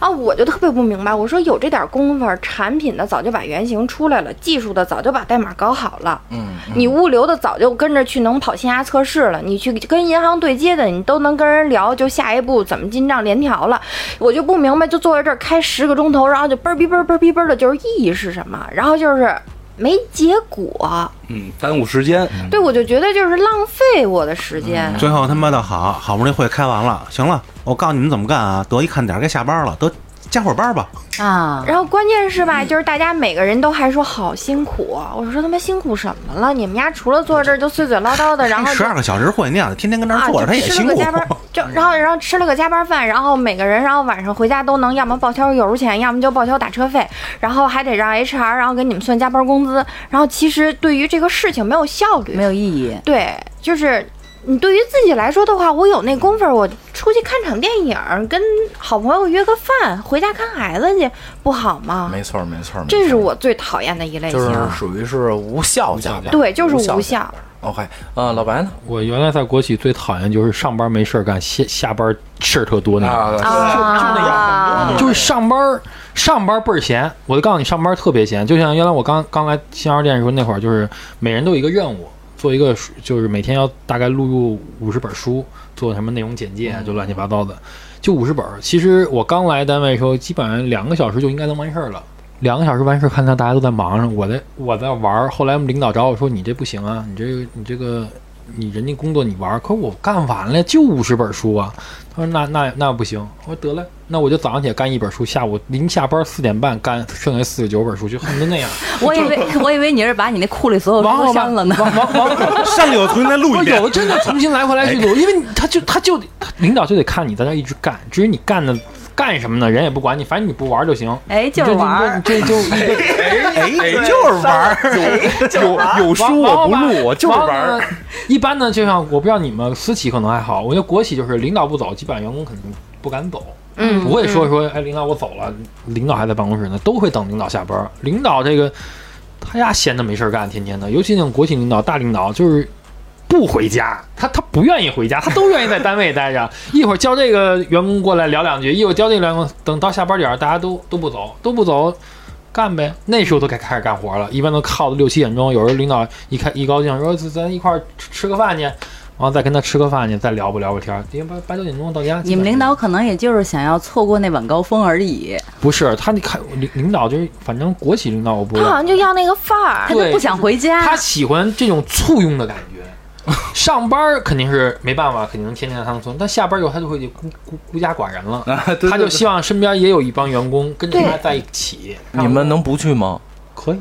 F: 然后我就特别不明白，我说有这点功夫，产品的早就把原型出来了，技术的早就把代码搞好了，
A: 嗯
F: 你物流的早就跟着去能跑线下测试了，你去跟银行对接的，你都能跟人聊，就下一步怎么进账联调了。我就不明白，就坐在这儿开十个钟头，然后就嘣儿逼嘣儿嘣儿逼嘣儿的，就是意义是什么？然后就是没结果，
D: 嗯，耽误时间，
F: 对我就觉得就是浪费我的时间。
E: 最后他妈的好好不容易会开完了，行了，我告诉你们怎么干啊！得一看点儿该下班了，得加会儿班吧。
C: 啊，
F: 然后关键是吧，就是大家每个人都还说好辛苦，啊我说他妈辛苦什么了？你们家除了坐这儿就碎嘴唠叨的，然后就
E: 十二个小时会那样的，天天跟那
F: 啊，
E: 儿
F: 就
E: 坐着，他也
F: 吃
E: 辛
F: 了
E: 苦
F: 个。加班，就然后然后吃了个加班饭，然后每个人然后晚上回家都能要么报销油钱，要么就报销打车费，然后还得让 HR 然后给你们算加班工资，然后其实对于这个事情没有效率，
C: 没有意义。
F: 对，就是你对于自己来说的话，我有那功夫，我出去看场电影，跟好朋友约个饭，回家看孩子去，不好吗？
A: 没错儿没错儿，没
F: 啊这是
A: 错儿
F: 我最讨厌的一类型。
A: 就是属于是无效加班，
F: 对，就是
A: 无
F: 无
A: 效加
F: 效。
A: 班。OK，呃，老白呢？
B: 我原来在国企最讨厌就是上班没事儿干，下下班事儿特多那种。
E: 啊
F: 啊，
B: 就是上班儿，上班儿倍儿闲。我就告诉你，上班儿特别闲。就像原来我刚刚来新二店的时候，那会儿就是每人都有一个任务，做一个书就是每天要大概录入五十本书，做什么内容简介啊，就乱七八糟的，就五十本儿。其实我刚来单位的时候，基本上两个小时就应该能完事儿了。两个小时完事儿，看到大家都在忙上，我在我在玩儿。后来领导找我说：“你这不行啊，你这个你这个你人家工作你玩儿，可我干完了就五十本书啊。”他说那那那不行，我说得嘞，那我就早上起来干一本书，下午临下班四点半干剩下四十九本书，就恨不得那样。
C: 我以为我以为你是把你那库里所有
B: 王老
C: 书都
B: 板，
C: 删了呢。
B: 王王王，
E: 山里有重新再录
B: 我
E: 一遍
B: 有。的真的重新来回来
D: 哎
B: 去录，因为你他就他就他领导就得看你在那一直干，至于你干的干什么呢，人也不管你，反正你不玩就行。
C: 哎，就是玩儿，
B: 这就你这
E: 哎，就是玩儿，
D: 有有书我不录，我就是玩
B: 王老
D: 儿。
B: 板一般呢，就像我不知道你们私企可能还好，我觉得国企就是领导不走，基本上员工肯定不敢走。
F: 嗯，
B: 不会说说，哎，领导我走了，领导还在办公室呢，都会等领导下班儿。领导这个，他呀闲的没事儿干，天天的，尤其那种国企领导、大领导，就是不回家，他他不愿意回家，他都愿意在单位待着。一会儿叫这个员工过来聊两句，一会儿叫那个员工，等到下班点儿，大家都都不走，都不走。干呗，那时候都该开始干活了，一般都靠到六七点钟。有时候领导一开一高兴，说咱咱一块儿吃吃个饭去，然后再跟他吃个饭去，再聊不聊不天儿，因为八八九点钟到家。
C: 你们领导可能也就是想要错过那晚高峰而已，
B: 不是他，你看领领导就是，反正国企领导我不知
F: 他好
B: 道，
F: 像就要那个范
C: 他
F: 儿。
C: 就
B: 嗯对
C: 不想回家。
B: 他喜欢这种簇拥的感 觉。上班儿肯定是没办法，肯定天天他们村，但下班儿以后他就会孤孤孤家寡人了，
D: 啊，对
B: 他就希望身边也有一帮员工跟着
F: 对
B: 他在一起。
A: 你们能不去吗？
B: 可以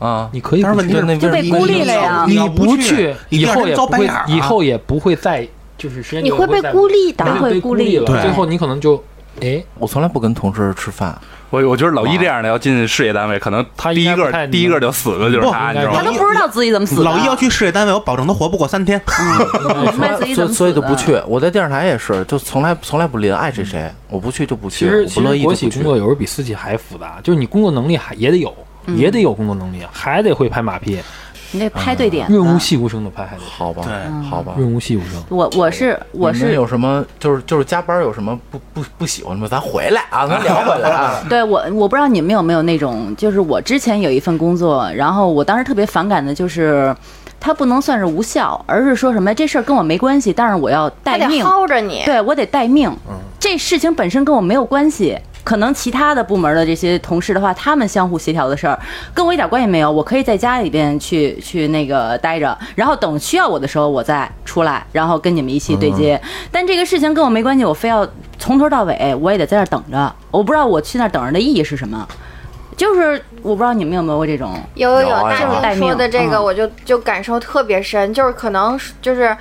B: 啊，
A: 啊，
B: 你可以
E: 但是
B: 不去，
E: 问题是
A: 那为
C: 就被
A: 什么
C: 孤立了呀
E: 你
B: 你
E: 要
B: 不
E: 去
B: 去，，
E: 你
B: 以
E: 第二
B: 后
E: 天
B: 也
E: 遭
B: 不
E: 白
B: 会
E: 眼儿啊，
B: 以后也不会再就是时间
F: 你
B: 久了
F: 会
B: 不会
F: 被
B: 再
F: 孤立的
B: 你，会被孤立了，
E: 对
B: 最后你可能就哎。
A: 我从来不跟同事吃饭，
D: 我我觉得老一这样的要进事业单位，可能
B: 他
D: 第
B: 应该
D: 一
B: 不
D: 个
B: 太
D: 第一个就死的就是他，
B: 不
D: 你知道
C: 他
D: 吗
E: 应？
C: 都不知道自己怎么死的。
E: 老一要去事业单位，我保证他活不过 三天。
C: 卖自己
A: 所
C: 怎
A: 以所
C: 么
A: 以
C: 死
A: 就
C: 的
A: 不去。我在电视台也是，就从来从来不临，爱谁谁，我不去就不去，
B: 其实
A: 我
B: 其
A: 不乐
B: 实
A: 意就
B: 国
A: 不
B: 企
A: 去。
B: 工作有时候比私企还复杂，就是你工作能力还也得有，
C: 嗯
B: 也得有工作能力，还得会拍马屁，
C: 你得拍对点子。
B: 润物细无声的拍还得
A: 好吧，
E: 对
A: 好吧。
B: 润物细无声。
C: 我我是嗯我
A: 你们嗯
C: 是
A: 有什么就是就是加班有什么不不不喜欢的吗？咱回来啊，咱聊回来啊。
C: 对我，我不知道你们有没有那种，就是我之前有一份工作，然后我当时特别反感的就是，它不能算是无效，而是说什么这事儿跟我没关系，但是我要
F: 他
C: 待
F: 得
C: 命，
F: 薅着你。
C: 对我得待命，这事情本身跟我没有关系。可能其他的部门的这些同事的话，他们相互协调的事儿，跟我一点关系没有。我可以在家里边去去那个待着，然后等需要我的时候我再出来，然后跟你们一起对接。但这个事情跟我没关系，我非要从头到尾我也得在那儿等着。我不知道我去那儿等着的意义是什么，就是我不知道你们有没有过这种。
F: 有有
A: 有啊
F: 有，
A: 有啊
F: 大
C: 待
F: 宁说的
C: 命
F: 这个，
C: 嗯
F: 我就就感受特别深，就是可能是就是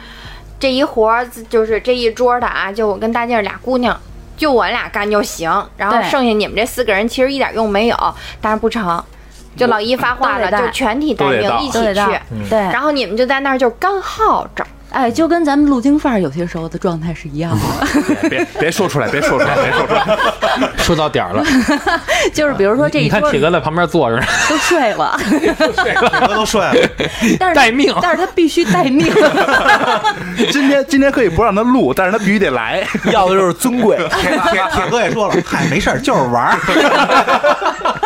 F: 这一活儿，就是这一桌的啊，就我跟大静儿俩姑娘。就我俩干就行，然后
C: 对
F: 剩下你们这四个人其实一点用没有，但是不成，就老一发话
C: 都得
F: 了，
C: 带
F: 就全体待
D: 都得
F: 命
D: 到
F: 一起
A: 嗯
C: 对的
F: 去，，
C: 对，
F: 然后你们就在那儿就干耗着，
C: 哎，就跟咱们路经范儿有些时候的状态是一样 的，
D: 别别说出来，别说出来，别说出来。
B: 说到点儿了，
C: 就是比如 说这
B: 你
C: 一
B: 看
C: 桌
B: 铁哥在旁边坐着呢，
C: 都睡了，
E: 铁哥都睡了，
C: 但是
B: 待命
C: 但是他必须待 命。
D: 今天今天可以不让他录，但是他必须得来。
A: 要的就是尊贵。
E: 铁铁铁哥也说了，嗨，没事儿，就是玩儿。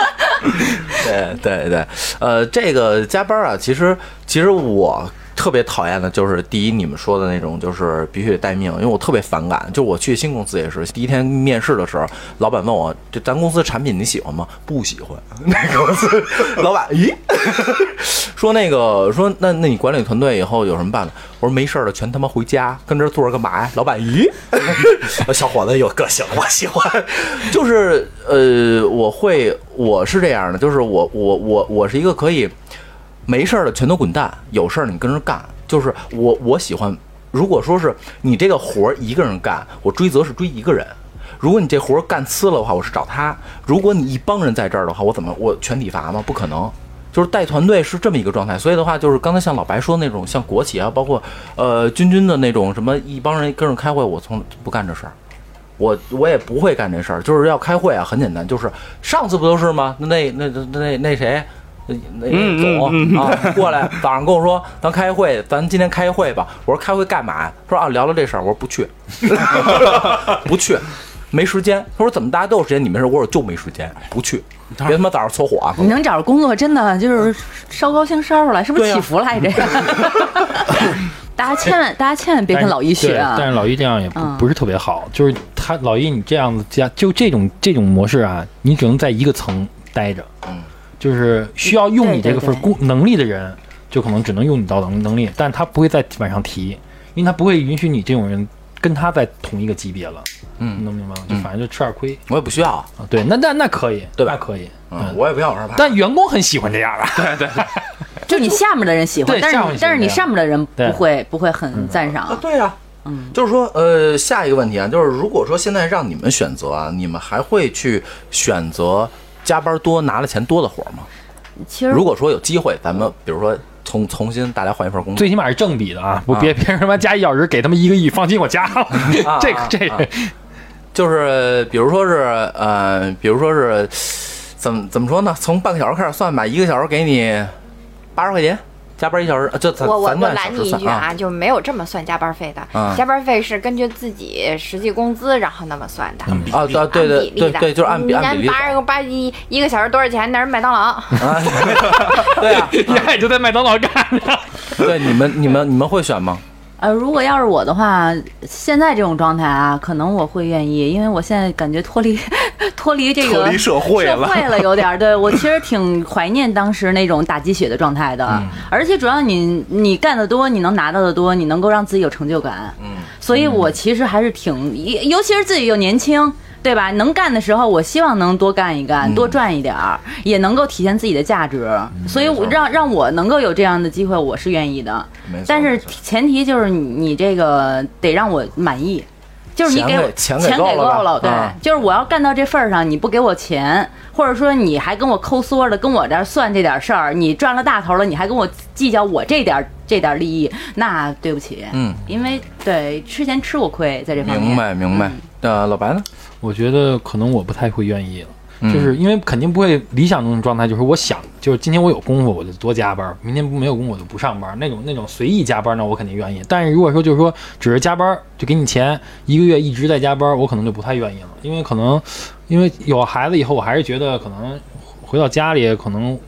A: 对对对，呃，这个加班啊，其实其实我特别讨厌的就是第一，你们说的那种就是必须得待命，因为我特别反感。就我去新公司也是，第一天面试的时候，老板问我这咱公司产品你喜欢吗？不喜欢。那公司 老板咦， 说那个说那那你管理团队以后有什么办法？我说没事儿了，全他妈回家跟这儿坐着干嘛呀？老板咦， 小伙子有个性，我喜欢。就是呃，我会我是这样的，就是我我我我是一个可以没事儿的全都滚蛋，有事儿你跟着干。就是我我喜欢，如果说是你这个活儿一个人干，我追责是追一个人。如果你这活儿干呲了的话，我是找他；如果你一帮人在这儿的话，我怎么我全体罚吗？不可能。就是带团队是这么一个状态，所以的话，就是刚才像老白说的那种，像国企啊，包括呃君君的那种什么一帮人跟着开会，我从不干这事儿，我我也不会干这事儿，就是要开会啊，很简单，就是上次不都是吗？那那那那那那谁，那那
D: 嗯嗯
A: 总、啊过来早上跟我说，咱开会，咱今天开会吧。我说开会干嘛？他说啊聊聊这事儿。我说不 去，不去，没时间。他说怎么大家都有时间，你没事？我说我就没时间，不去。别他妈早上搓火啊！
C: 你能找着工作，真的就是烧高香烧了，是不是
A: 对啊
C: 起伏了？还 这样，大家千万大家千万别跟老一学
B: 对但
C: 啊！
B: 是老一这样也不、
C: 嗯
B: 不是特别好，就是他老一你这样子加，就这种这种模式啊，你只能在一个层待着，
A: 嗯，
B: 就是需要用你这个份
C: 对对对
B: 工能力的人，就可能只能用你到能能力，但他不会再往上提，因为他不会允许你这种人跟他在同一个级别了，
A: 嗯
B: 你能明白吗？就反正就吃点亏
A: 我也不需要，
B: 啊，对，那那那可以，
A: 对吧
B: 那可以，
A: 嗯，我也不要往上爬。
B: 但员工很喜欢这样啊，
C: 就你下面的人喜欢
B: 对，
C: 但是
B: 下面
C: 你
B: 喜欢
C: 但是
B: 这
C: 你
B: 样
C: 上面的人
B: 对嗯
C: 不会不会很赞赏
A: 啊，。对呀、嗯，就是说，呃，下一个问题啊，就是如果说现在让你们选择啊，你们还会去选择加班多拿了钱多的活儿吗？
F: 其实
A: 如果说有机会，咱们比如说重重新大家换一份工作，
B: 最起码是正比的啊，不
A: 啊
B: 别别他妈加一小时给他们一个亿，放心我加了，
A: 啊
B: 这
A: 啊
B: 个这
A: 啊
B: 个
A: 就是比如说是呃，比如说是怎么怎么说呢？从半个小时开始算吧，一个小时给你八十块钱，加班一小时，呃就咱
F: 我我
A: 咱
F: 我
A: 按
F: 拦
A: 小
F: 你
A: 时
F: 一句
A: 算啊
F: 啊，就没有这么算加班费的
A: 啊，
F: 加班费是根据自己实际工资然后那么算的。
A: 啊，对对
F: 按
A: 对
F: 比
A: 对
F: 例的，
A: 对，就是按比按比
F: 你
A: 例走，啊
F: 八十个八一一个小时多少钱？那是麦当劳。
A: 对啊，
B: 你俩也就在麦当劳干着。
A: 对你们你们你们会选吗？
C: 呃，如果要是我的话，现在这种状态啊，可能我会愿意，因为我现在感觉脱离 脱离这个
D: 脱离社会了
C: 社会了有点儿。对我其实挺怀念当时那种打鸡血的状态的，
D: 嗯
C: 而且主要你你干得多，你能拿到的多，你能够让自己有成就感。嗯，所以我其实还是挺，尤尤其是自己又年轻。对吧？能干的时候，我希望能多干一干，
D: 嗯
C: 多赚一点儿，也能够体现自己的价值。所以我，让让我能够有这样的机会，我是愿意的。
A: 没错
C: 但
A: 没
C: 是
A: 错
C: 前提就是你你这个得让我满意，就是你给我
A: 钱
C: 钱
A: 给钱给够
C: 够
A: 了吧
C: 对
A: 啊，
C: 就是我要干到这份儿上，你不给我钱，或者说你还跟我抠缩的，跟我这儿算这点事儿，你赚了大头了，你还跟我计较我这点儿这点儿利益，那对不起，
A: 嗯，
C: 因为对之前吃过亏在这方面，
A: 明白明
F: 嗯
A: 白。呃，老白呢？
B: 我觉得可能我不太会愿意了。
A: 嗯
B: 就是因为肯定不会理想中的状态，就是我想，就是今天我有功夫我就多加班，明天没有功夫我就不上班，那种那种随意加班呢，我肯定愿意。但是如果说就是说只是加班就给你钱，一个月一直在加班，我可能就不太愿意了，因为可能因为有孩子以后，我还是觉得可能回到家里可能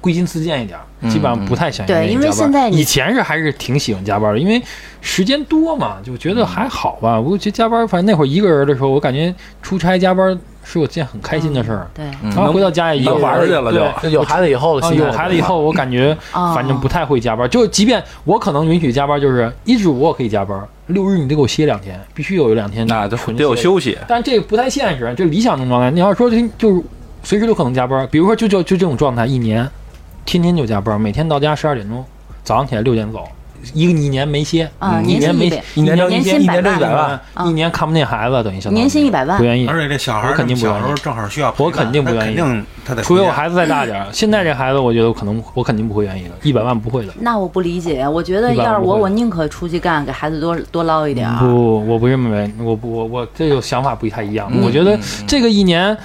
B: 归心似箭一点儿，基本上不太想愿意
C: 对因为
B: 加班
C: 现在你
B: 以前是还是挺喜欢加班的，因为时间多嘛，就觉得还好吧。我觉得加班，反正那会儿一个人的时候，我感觉出差加班是我件很开心的事儿。
C: 对，
A: 嗯
B: 然后回到家也一个
D: 有
B: 人
D: 玩儿去了就
B: 对
A: 有孩子以后了，
B: 啊，
A: 现在
B: 哦有孩子以后，我感觉
C: 哦
B: 反正不太会加班。就即便我可能允许加班，就是一至五我可以加班，六日你得给我歇两天，必须有两天
D: 那就
B: 纯
D: 得有
B: 歇
D: 休息。
B: 但这不太现实，这理想中状态。你要说这就是随时都可能加班，比如说就就就这种状态，一年天天就加班，每天到家十二点钟，早上起来六点走，一个一年没歇，
C: 啊
B: 一
C: 年薪
B: 年没
C: 一百
B: 一年
C: 年薪
B: 一
C: 百
B: 年挣一
C: 万
B: 百万，
C: 啊
B: 一年看不见孩子，等于相当于
C: 年薪一百万
B: 不愿意，
E: 而且这小孩儿
B: 我肯定不愿
E: 小
B: 意
E: 时候正好需要陪伴，
B: 我肯定不
E: 那
B: 愿意
E: 肯定他得
B: 除非我
E: 还
B: 孩子再大点儿。现在这孩子，我觉得我可能我肯定不会愿意的，一百万不会的。
C: 那我不理解，我觉得
B: 一般
C: 要是
B: 不
C: 我，
B: 会
C: 我宁可出去干，给孩子多多捞一点儿。
B: 不，我不认为，我不我我这个想法不太一样。
A: 嗯
B: 我觉得
A: 嗯
B: 这个一年，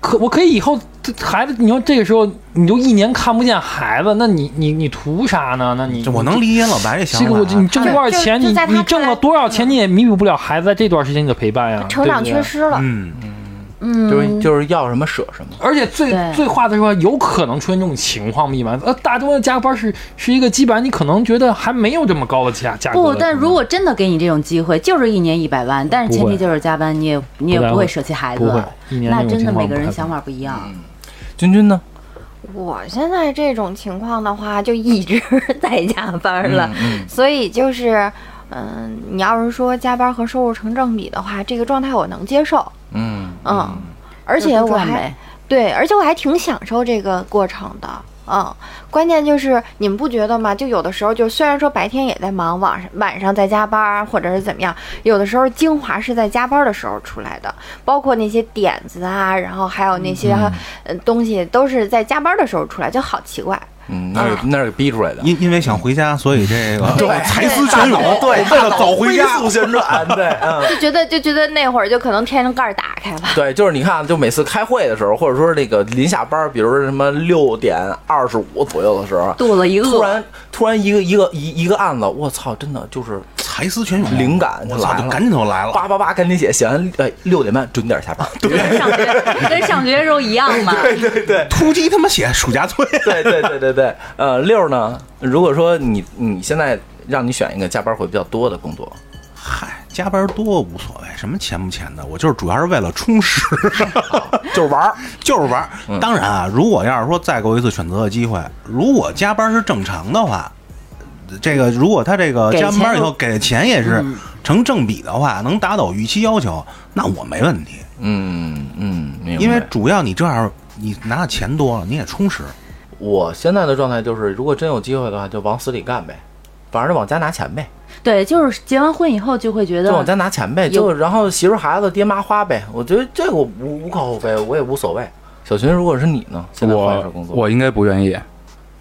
B: 可我可以以后这孩子，你说这个时候你就一年看不见孩子，那你你你图啥呢？那你
E: 我能理解老白这想
B: 这
E: 法
B: 个我
E: 啊，
B: 就你挣
F: 就
B: 多少
F: 就
B: 钱，
F: 就
B: 你
F: 在他
B: 你挣了
F: 看来嗯
B: 多少钱，你也弥补不了孩子在这段时间你的陪伴呀，
F: 成
B: 对
F: 长
B: 不对
F: 缺。失了。
E: 嗯，
C: 嗯，
A: 就是就是要什么舍什么。
B: 而且最
C: 对
B: 最话的说，有可能出现这种情况密码。呃，大多的加班是是一个基本上你可能觉得还没有这么高的价价格的可嗯
C: 不，
B: 能。
C: 但如果真的给你这种机会，就是一年一百万，但是前提就是加班，你也你也
B: 不太
C: 不
B: 会
C: 会舍弃孩
B: 不会
C: 子。
B: 一年
C: 那
B: 那种
C: 真的
B: 情况
C: 每个
B: 不
C: 人
B: 太
C: 想法不一样。
A: 君君呢？
F: 我现在这种情况的话，就一直 在加班了，
A: 嗯
F: 所以就是，嗯，你要是说加班和收入成正比的话，这个状态我能接受，
A: 嗯
F: 嗯，而且
C: 就多
F: 我
C: 赚
F: 还
C: 呗
F: 对，而且我还挺享受这个过程的。嗯，关键就是你们不觉得吗？就有的时候，就虽然说白天也在忙，晚上晚上在加班啊或者是怎么样，有的时候精华是在加班的时候出来的，包括那些点子啊，然后还有那些、呃东西都是在加班的时候出来，就好奇怪。
A: 嗯，那
C: 啊
A: 是那是逼出来的。
E: 因因为想回家，所以这个
F: 对
E: 才思泉涌，对，为了早回家，
A: 速旋转， 对，嗯，
F: 就觉得就觉得那会儿就可能天灵盖儿打开吧。
A: 对，就是你看，就每次开会的时候，或者说那个临下班，比如说什么六点二十五左右的时候，
C: 肚子一
A: 突
C: 饿，
A: 然突然一个一个一一个案子，我操，真的就是
E: 才思泉涌，
A: 灵感就
E: 我操，
A: 来
E: 就
A: 了，
E: 赶紧就来了。
A: 叭叭叭赶紧写，写完哎六点半准点下班，对
C: 上学跟上学的时候一样嘛。
A: 对对。
E: 突击他妈写暑假作业，
A: 对对对对对，呃，六呢？如果说你你现在让你选一个加班会比较多的工作，
E: 嗨，加班多无所谓，什么钱不钱的，我就是主要是为了充实，
A: 就是玩儿，嗯
E: 就是玩儿。当然啊，如果要是说再给我一次选择的机会，如果加班是正常的话，这个如果他这个
C: 给
E: 加
C: 钱
E: 班以
C: 又
E: 后给的钱也
A: 嗯
E: 是成正比的话，能达到我预期要求，那我没问题，
A: 嗯嗯，明白
E: 因为主要你这样你拿的钱多了，你也充实。
A: 我现在的状态就是，如果真有机会的话，就往死里干呗，反正就往家拿钱呗，
C: 对，就是结完婚以后就会觉
A: 就往家
C: 得，
A: 拿钱呗，
C: 有
A: 就然后媳妇孩子爹妈花呗，我觉得这个我无无可厚非，我也无所谓。小群，如果是你呢？现在换一份
D: 我
A: 工作，
D: 我应该不愿意，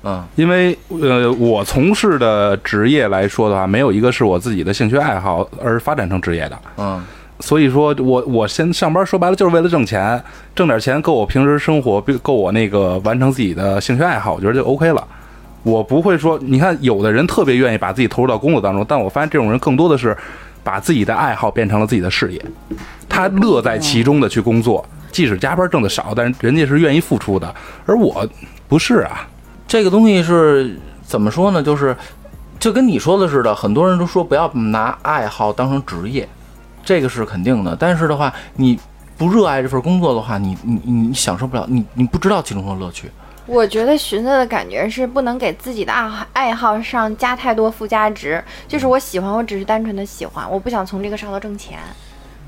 A: 嗯
D: 因为呃，我从事的职业来说的话，没有一个是我自己的兴趣爱好而发展成职业的。
A: 嗯
D: 所以说我我先上班，说白了就是为了挣钱，挣点钱够我平时生活，够我那个完成自己的呃兴趣爱好，我觉得就 OK 了。我不会说，你看有的人特别愿意把自己投入到工作当中，但我发现这种人更多的是把自己的爱好变成了自己的事业，他乐在其中的去工作，即使加班挣的少，但是人家是愿意付出的，而我不是啊。
A: 这个东西是怎么说呢？就是就跟你说的似的，很多人都说不要拿爱好当成职业，这个是肯定的。但是的话，你不热爱这份工作的话，你你你享受不了，你你不知道其中的乐趣。
F: 我觉得寻思的感觉是不能给自己的爱好爱好上加太多附加值，就是我喜欢，我只是单纯的喜欢，我不想从这个上头挣钱，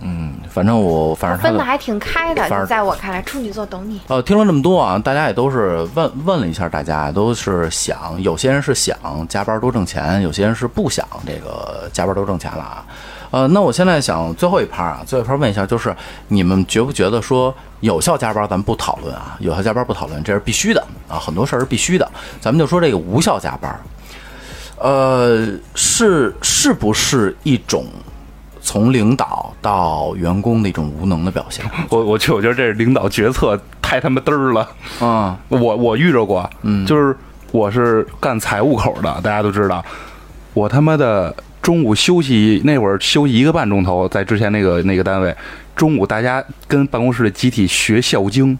A: 嗯，反正我反正他
F: 分
A: 的
F: 的还挺开的。
A: 反而
F: 就在我看来，处女座懂你。
A: 呃，听了这么多啊，大家也都是问问了一下，大家都是想，有些人是想加班多挣钱，有些人是不想这个加班多挣钱了啊。呃，那我现在想最后一趴啊，最后一趴问一下，就是你们觉不觉得说有效加班咱们不讨论啊，有效加班不讨论，这是必须的啊，很多事儿是必须的，咱们就说这个无效加班，呃，是是不是一种从领导到员工的一种无能的表现？
D: 我我觉我觉得这是领导决策太他妈嘚儿了。
A: 嗯
D: 我我遇着过，嗯，就是我是干财务口的，大家都知道，我他妈的中午休息那会儿休息一个半钟头，在之前那个那个单位，中午大家跟办公室里集体学《孝经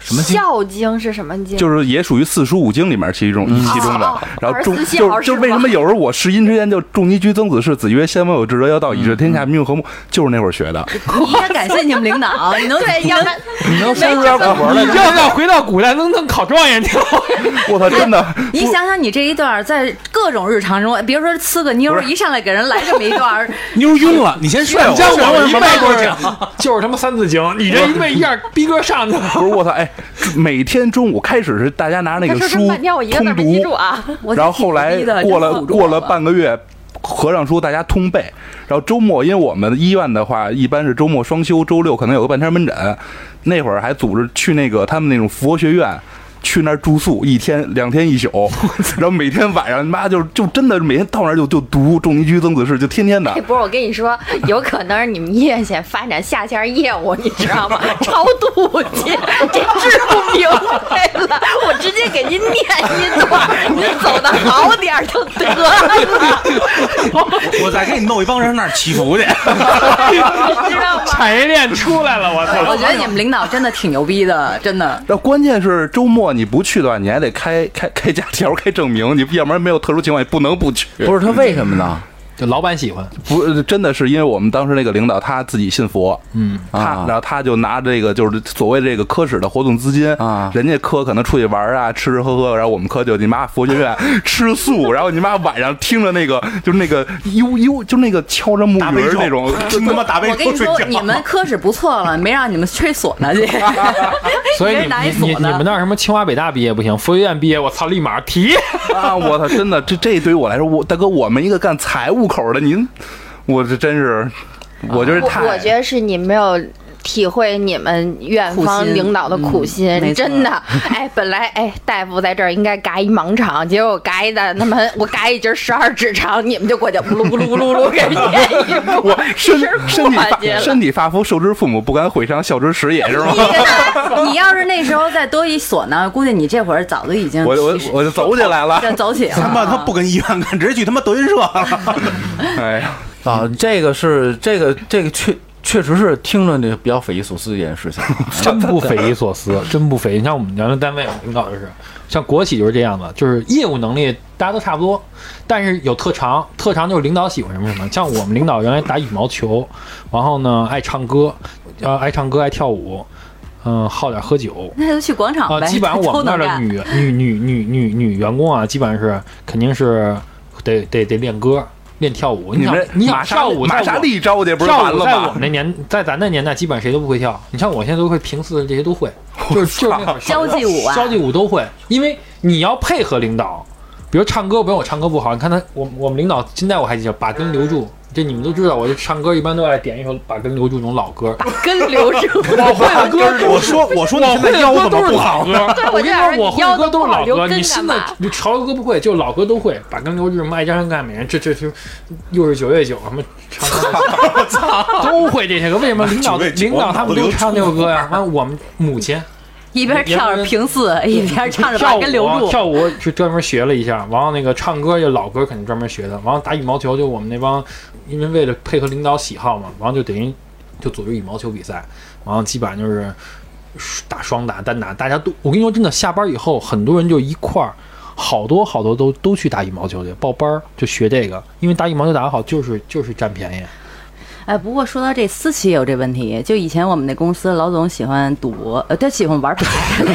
A: 什么经
F: 孝经是什么经？》，
D: 就是也属于四书五经里面其中一其中 的
F: 哦。
D: 然后中
F: 二十四孝
D: 就是
F: 是
D: 就
F: 吧
D: 为什么有时候我识音之间就仲尼居曾子氏子曰先王有志者要道，以治天下民 用和睦，就是那会儿学的。
C: 你应该感谢你们领导，你能
F: 对，要不然
A: 你能说出点古文来
B: 你要不要回到古代能能考状元去？
D: 我操，真的，
C: 你想想，你这一段儿在各种日常中，别说呲个妞儿，一上来给人来这么一段儿，
B: 妞晕了，你先睡你像
D: 我
B: 我
D: 我
B: 一
D: 一
B: 辈啊
D: 辈
B: 子就是他妈《三字经》，你这一辈一下逼哥上去了。
D: 不是我操，哎，每天中午开始是大家拿着那
F: 他
D: 个
F: 说这
D: 书
F: 么半天，我一个字儿
D: 通
F: 没记住
D: 读，
F: 啊。
C: 我
D: 然后后来
C: 挺牛逼的
D: 过了
C: 真的
D: 过了半个月，合上书大家通背。然后周末，因为我们医院的话，一般是周末双休，周六可能有个半天门诊。那会儿还组织去那个他们那种佛学院。去那儿住宿一天两天一宿，然后每天晚上妈就就真的每天到那儿就就读《仲尼居曾子室》，就天天的
F: 这。波哎我跟你说，有可能是你们医院想发展下线业务，你知道吗？超度去，这治不明白了，我直接给您念一段，您走的好点儿就得了，
E: 我再给你弄一帮人上那儿祈 福去。
F: 你知道吗？
B: 产业链出来了，我操！
C: 我觉得你们领导真的挺牛逼的，真的。
D: 然后关键是周末你不去的话，你还得开开开假条、开证明，你要不然没有特殊情况也不能不去。
A: 不是他为什么呢？
B: 就老板喜欢，
D: 不，真的是因为我们当时那个领导他自己信佛，
B: 嗯，
D: 他
A: 啊
D: 然后他就拿这个就是所谓这个科室的活动资金
A: 啊
D: 人家科可能出去玩啊，吃吃喝喝，然后我们科就你妈佛学院 吃素，然后你妈晚上听着那个就是那个悠悠，就那个敲着木鱼儿那种，
E: 听他妈打
C: 我
E: 背
C: 跟
E: 后
C: 你
E: 睡
C: 说，
E: 觉。
C: 你们科室不错了，没让你们吹唢 呐去。
B: 所以
C: 一人
B: 你
C: 拿一
B: 你你
C: 唢
B: 你们
C: 呐。
B: 那儿什么清华北大毕业不行，佛学院毕业，我操，立马提。
D: 啊，我操，真的，这这对于我来说，我大哥，我们一个干财务口的，您，我这真是，我就是太，
F: 啊我我觉得是你没有。体会你们院
C: 苦
F: 方
C: 心
F: 领导的苦心，
C: 嗯没错
F: 真的，哎，本来哎，大夫在这儿应该嘎一盲肠，结果我嘎一的，他妈我嘎一截十二指肠，你们就过去咕噜咕噜咕噜咕噜给 人念一波，
D: 我身
F: 是
D: 身体
F: 过去
D: 发
F: 了
D: 身体发肤受之父母，不敢毁伤孝之始也是 吗？
C: 你要是那时候再多一唢呐，估计你这会儿早就已经
D: 我我
C: 其实
D: 我就走起来了，
C: 这走起了。
E: 他妈他不跟医院干，直接去他妈德云社了。
D: 哎呀，
A: 啊，这个是这个这个确确实是听着这比较匪夷所思的一件事情。
B: 真不匪夷所思，真不匪夷。你像我们原来单位，我们领导就是，像国企就是这样的，就是业务能力大家都差不多，但是有特长，特长就是领导喜欢什么什么。像我们领导原来打羽毛球，然后呢爱唱歌，呃爱唱歌爱跳舞，嗯、好点喝酒。
C: 那就去广场
B: 啊、
C: 呗，
B: 基本上我
C: 都
B: 们那
C: 能
B: 儿的
C: 干。
B: 女女女女女女员工啊，基本上是肯定是得得得练歌。练跳舞，
D: 你
B: 想
D: 们
B: 你想
D: 玛莎
B: 跳舞，
D: 玛莎丽招去不是
B: 跳
D: 完
B: 舞
D: 了
B: 在我
D: 吗
B: 们？那年，在咱那年代，基本上谁都不会跳。你像我现在都会平四的这些都 会，就是就是那会儿
C: 交际舞啊
B: 交际舞都会，因为你要配合领导，比如唱歌，不然我唱歌不好，你看他，我我们领导现在我还记得把根留住，这你们都知道，我这唱歌一般都爱点一首把根留住这种老歌。
F: 跟刘志武
B: 我会的歌
E: 我说我说你
B: 我
E: 现
B: 会
E: 在
B: 的
E: 腰
B: 歌
E: 怎
B: 都
E: 么
B: 是
E: 不
B: 老
E: 好呢？
B: 歌，我跟你说，我会的歌都是老
F: 我就
B: 歌。
F: 想说你腰都不好留
B: 你
F: 根
B: 新
F: 干
B: 的
F: 嘛
B: 你潮流歌不会，就老歌都会。把根留住什么爱江山干美人，这这是又是九月九什么长 江，都会这些歌。为什么领导
E: 九月九
B: 领导他们都唱这首歌呀？完我们母亲
C: 一边跳着平四，一边唱着
B: 跳
C: 把根留
B: 舞啊
C: 住。
B: 跳舞是专门学了一下，然后那个唱歌就老歌肯定专门学的，然后打羽毛球就我们那帮，因为为了配合领导喜好嘛，然后就等于就组织羽毛球比赛，然后基本上就是打双打、单打，大家都我跟你说真的，下班以后很多人就一块儿。好多好多都都去打羽毛球去，报班儿就学这个，因为打羽毛球打得好就是就是占便宜。
C: 哎，不过说到这私企也有这问题，就以前我们那公司老总喜欢赌博，呃，他喜欢 玩牌，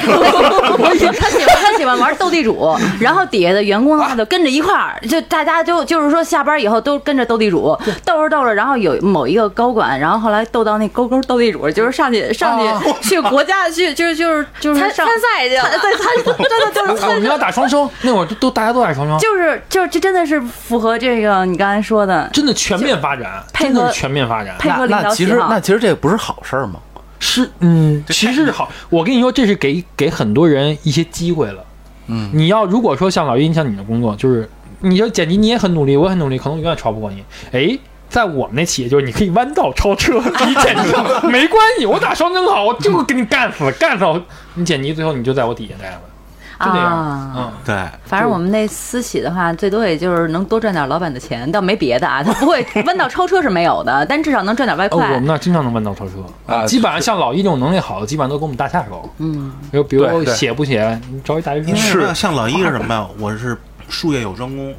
C: 他喜欢他喜欢玩斗地主，然后底下的员工的话就跟着一块儿，就大家就就是说下班以后都跟着斗地主，斗着斗着，然后有某一个高管，然后后来斗到那勾勾斗地主，就是上去上
A: 哦
C: 去去国家去就是就是就是
F: 参
C: 上
F: 参赛去了
C: 参。对参真的 就是
B: 哎我
C: 参
B: 们要打双生，那会儿都都大家都打双生，
C: 就是就是这真的是符合这个你刚才说的
B: 真的全面发展，
C: 配
B: 真
C: 合
B: 的是全面发展。
C: 配合领
A: 那
C: 导
A: 那其
C: 喜
A: 实
C: 好
A: 那。其实这不是好事儿吗？
B: 是，嗯，其实是好。我跟你说，这是给给很多人一些机会了。嗯，你要如果说像老于，你像你的工作，就是你要剪辑，你也很努力，我也很努力，可能我永远超不过你。哎，在我们那企业，就是你可以弯道超车，你剪辑 上没关系，我打双针好，我就给你干死，干死我你剪辑，最后你就在我底下待了，就这样。
C: 啊
B: 嗯，
E: 对，
C: 反正我们那私企的话，最多也就是能多赚点老板的钱，倒没别的啊，他 不会弯道超车是没有 的，但至少能赚点外
B: 哦，我
C: 快
B: 们。那儿经常能弯道超车
D: 啊
B: 基本上像老一这种能力好的，基本上都跟我们大下手。
C: 嗯，
B: 就比如
D: 对对
B: 写不写，你找一大学
E: 因
B: 生
E: 为
D: 是
E: 什么像老一是什么呀？我是术业有专攻，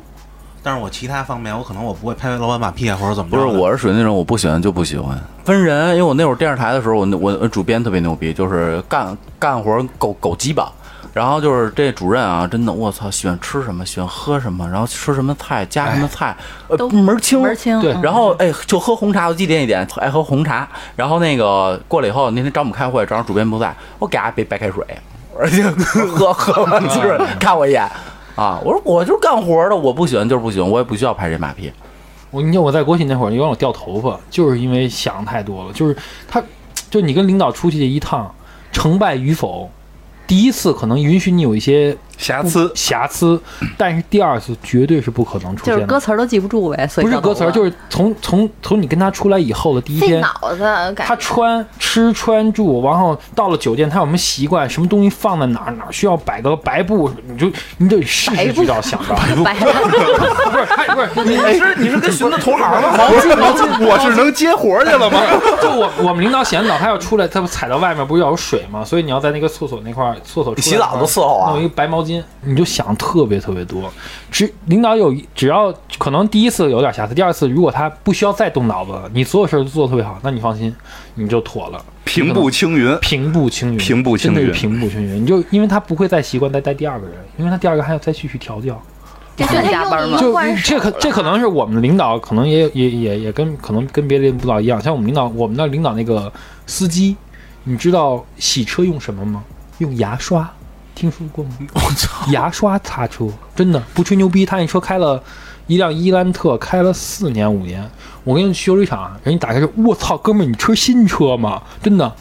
E: 但是我其他方面我可能我不会拍老板马屁啊，或者怎么
A: 不
E: 着
A: 是，
E: 的。
A: 我是属于那种我不喜欢就不喜欢分人，因为我那会儿电视台的时候，我那我主编特别牛逼，就是干干活儿狗狗鸡巴，然后就是这主任啊，真的，我操，喜欢吃什么，喜欢喝什么，然后吃什么菜，加什么菜，呃，
C: 都
A: 门儿清，
C: 门儿清
B: 对
C: 嗯
A: 然后哎，就喝红茶，我记得一点，爱喝红茶。然后那个过了以后，那天找我们开会，正好主编不在，我给他杯白开水，而且喝喝完就是看我一眼啊，我说我就是干活的，我不喜欢就是不喜欢，我也不需要拍这马屁。
B: 我你看我在国企那会儿，你让我掉头发，就是因为想太多了。就是他，就你跟领导出去一趟，成败与否，第一次可能允许你有一些
D: 瑕疵
B: 瑕疵，但是第二次绝对是不可能出
C: 就是
B: 现
C: 歌
B: 的。
C: 词儿都记不住呗，所以
B: 不是歌词儿，就是从从从你跟他出来以后的第一
F: 费
B: 天，
F: 脑子
B: 他
F: 感觉。
B: 穿吃穿住，然后到了酒店，他有什么习惯，什么东西放在哪儿哪儿需要摆个白布，你就你得事
F: 白
B: 事
F: 布
B: 知道想 到，
F: 白
B: 不是他不是你
D: 你是你是跟寻的同行吗？我是能接活儿去了吗？
B: 就我我们领导洗完澡，他要出来，他不踩到外面不是要有水吗？所以你要在那个厕所那块儿，厕所出来
A: 洗澡都伺候啊
B: 弄一个白毛巾，你就想特别特别多。只领导有一只要可能第一次有点瑕疵，第二次如果他不需要再动脑子了，你所有事儿都做得特别好，那你放心，你就妥了，
D: 平步青 云，
B: 平步青云，
D: 平步青云
B: 真的是平步青云。你就因为他不会再习惯再带第二个人，因为他第二个还要再继续调教。
C: 这
F: 就
C: 算
F: 他
C: 加班
F: 用
C: 吗
F: 一？
B: 就
F: 惯
B: 这可这可能是我们的领导，可能也也也也跟可能跟别的领导一样，像我们领导，我们的领导那个司机，你知道洗车用什么吗？用牙刷，听说过吗？我操， 牙刷擦车，真的不吹牛逼，他那车开了。一辆伊兰特开了四年五年，我跟修理厂，人家打开说：“我操，哥们儿，你车新车吗？真的，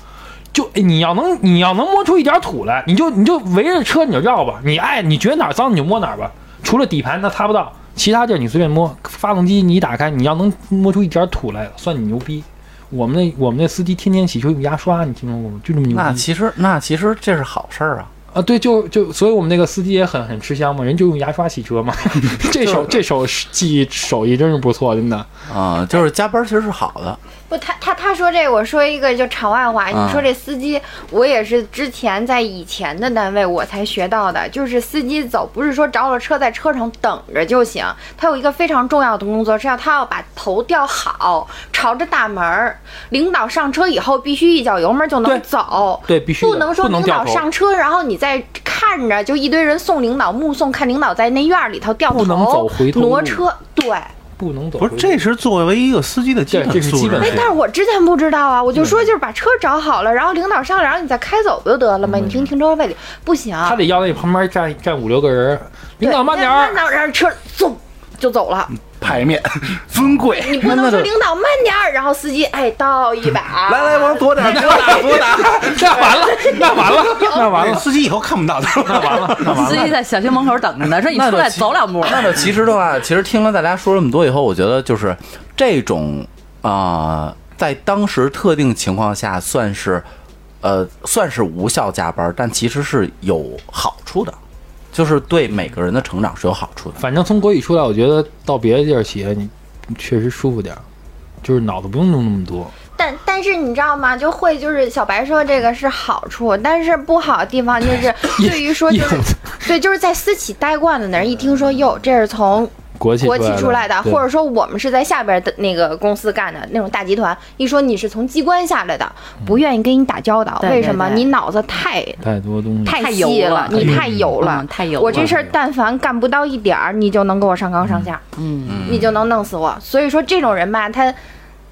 B: 就哎你要能你要能摸出一点土来，你就你就围着车你就绕吧，你爱你觉得哪儿脏你就摸哪儿吧，除了底盘它擦不到，其他地儿你随便摸。发动机你一打开，你要能摸出一点土来，算你牛逼。我们那我们那司机天天洗车用牙刷，你听说过吗？就这么牛
A: 那
B: 逼
A: 其实那其实这是好事儿啊，
B: 啊！对，就就所以我们那个司机也很很吃香嘛，人就用牙刷洗 车嘛。这手这手技手艺真是不错，真的。
A: 啊、就是加班其实是好的，
F: 不，他他他说这个，我说一个就场外
B: 啊
F: 话。
A: 嗯
F: 你说这司机，我也是之前在以前的单位我才学到的，就是司机走不是说着了车在车上等着就行，他有一个非常重要的工作，是要他要把头吊好，朝着大门儿。领导上车以后必须一脚油门就
B: 对
F: 能走，
B: 对必须的
F: 不能说
B: 不能
F: 领
B: 掉
F: 导
B: 头
F: 上车，然后你再看着就一堆人送领导目送，看领导在那院儿里头掉头，
B: 不能走回头
F: 挪
B: 路
F: 车，对。
B: 不能走
E: 不
B: 回
E: 是，
B: 头，
E: 这是作为一个司机的基本
B: 对这是
E: 素
B: 基
E: 质
B: 本。
F: 哎，但是我之前不知道啊，我就
B: 嗯
F: 说就是把车找好了，然后领导上来，然后你再开走不就得了吗？你停停车位里不行，
B: 嗯他得要那旁边站站五六个人儿，领导慢点
F: 儿，
B: 儿
F: 领。导让车走就走了，
D: 排面 尊贵，
F: 你不能说领导慢点儿，然后司机哎倒一 把，
D: 来来往左 点，左打左打，
B: 那完了，那完了，那完
E: 对
B: 了，
E: 啊司机以后看不到他
B: 那
E: 了。
B: 完了，那 完
C: 司
B: 了。
C: 机在小区门口等着呢，说你
A: 那
C: 出
A: 就
C: 来
A: 其
C: 走两步。
A: 那就其实的话，其实听了大家说这么多以后，我觉得就是这种啊、呃在当时特定情况下算是呃算是无效加班，但其实是有好处的，就是对每个人的成长是有好处的。
B: 反正从国企出来，我觉得到别的地儿企业，你你确实舒服点儿，就是脑子不用弄那么多。
F: 但但是你知道吗？就会就是小白说这个是好处，但是不好的地方 就是对于说就是
B: 一种
F: 对就是在私企待惯的人一听说哟，这是从
B: 国企
F: 国企出来的，
B: 对
F: 或者说我们是在下边的那个公司干的那种大集团，一说你是从机关下来的，
B: 嗯
F: 不愿意跟你打交道，
C: 对
F: 为什么？
C: 对对
F: 你脑子太
B: 太多东西，
C: 太
F: 细
C: 油了
F: 你太油了
C: 嗯，太油了
F: 我这事儿但凡干不到一点儿，你就能给我上纲上线，
C: 嗯，
F: 你就能弄死我。所以说这种人吧，他。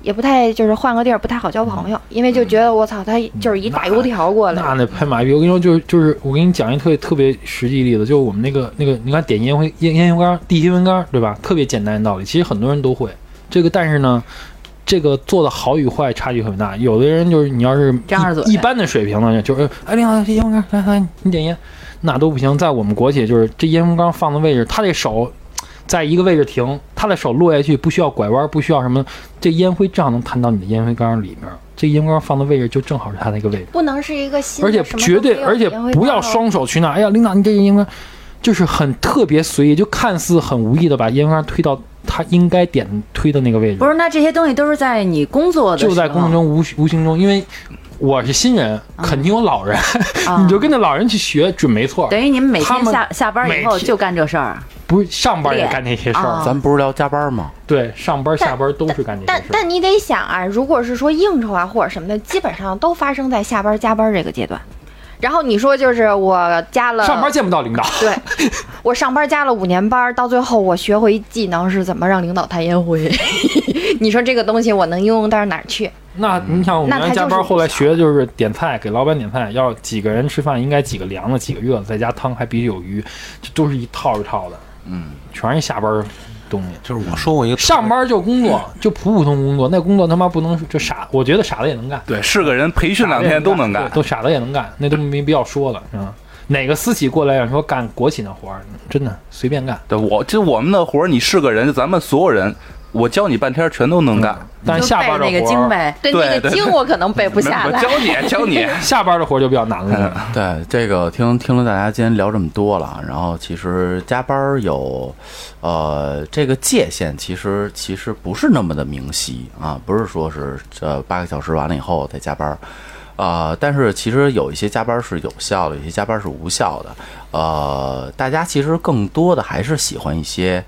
F: 也不太就是换个地儿不太好交朋友，因为就觉得我操，他就是一大油条过来，
B: 嗯那那拍马屁，我跟你说，就是就是，我给你讲一特别特别实际例子，就是我们那个那个，你看点烟灰烟烟灰缸、递烟灰缸，对吧？特别简单的道理，其实很多人都会。这个，但是呢，这个做的好与坏差距很大。有的人就是你要是
C: 张着嘴
B: 一一般的水平呢，就是哎，领导这烟灰缸，来来，你点烟，那都不行。在我们国企，就是这烟灰缸放的位置，他这手。在一个位置停，他的手落下去不需要拐弯，不需要什么，这烟灰正好能弹到你的烟灰缸里面。这烟灰缸放的位置就正好是他那个位置。
F: 不能是一个新的，
B: 而且
F: 什么都
B: 绝
F: 没
B: 对，
F: 有
B: 而且
F: 也会
B: 不要
F: 到
B: 双手去那。哎呀，领导，你这应该就是很特别随意，就看似很无意的把烟灰缸推到他应该点推的那个位置
C: 不。是，那这些东西都是在你工作的时候，
B: 就在工作中无无形中，因为我是新人，肯定有老人，
C: 啊
B: 你就跟着老人去学，准没错。
C: 等于你们每
B: 他
C: 天
B: 们
C: 下下班以后
B: 每天
C: 就干这事儿，
B: 不是上班也
C: 练
B: 干这些事儿，
C: 啊
A: 咱不是聊加班吗？
B: 对，上班下班都是干这些
F: 但
B: 事儿。
F: 但你得想啊，如果是说应酬啊或者什么的，基本上都发生在下班加班这个阶段。然后你说就是我加了
B: 上班见不到领导，
F: 对，我上班加了五年班，到最后我学会一技能是怎么让领导弹烟灰。 你说这个东西我能应用到哪儿去？
B: 那
C: 嗯
B: 你想，我们
F: 那
B: 原来
F: 他
B: 加
F: 就是
B: 班
F: 不
B: 后来
F: 想
B: 学的就是点菜，给老板点菜，要几个人吃饭，应该几个凉的，几个热的，再加汤，还必须有鱼，这都是一套一套的，
A: 嗯，
B: 全是下班儿东西。
E: 就是我说过一个
B: 上班就工作，就普普通通工作，那工作他妈不能就傻，我觉得傻子也能干，
D: 对，是个人培训
B: 傻
D: 两
B: 子也
D: 天都能干
B: 对。都傻子也能干，那都没必要说了，是吧？哪个私企过来让说干国企那活儿，真的随便干，
D: 对我就我们的活儿，你是个人，咱们所有人，我教你半天全都能干。
B: 但是
C: 就
B: 下
C: 背
B: 班的
C: 那个
B: 活
C: 经
B: 儿，
C: 呗。
F: 对
D: 对
F: 那个
D: 对
F: 经我可能背不下
D: 我
F: 来。
D: 教你，教你。
B: 下班的活儿就比较难 了。
A: 对，这个听听了大家今天聊这么多了，然后其实加班儿有，呃，这个界限其实其实不是那么的明晰啊，不是说是这八个小时完了以后再加班儿，呃，但是其实有一些加班儿是有效的，有些加班儿是无效的，呃，大家其实更多的还是喜欢一些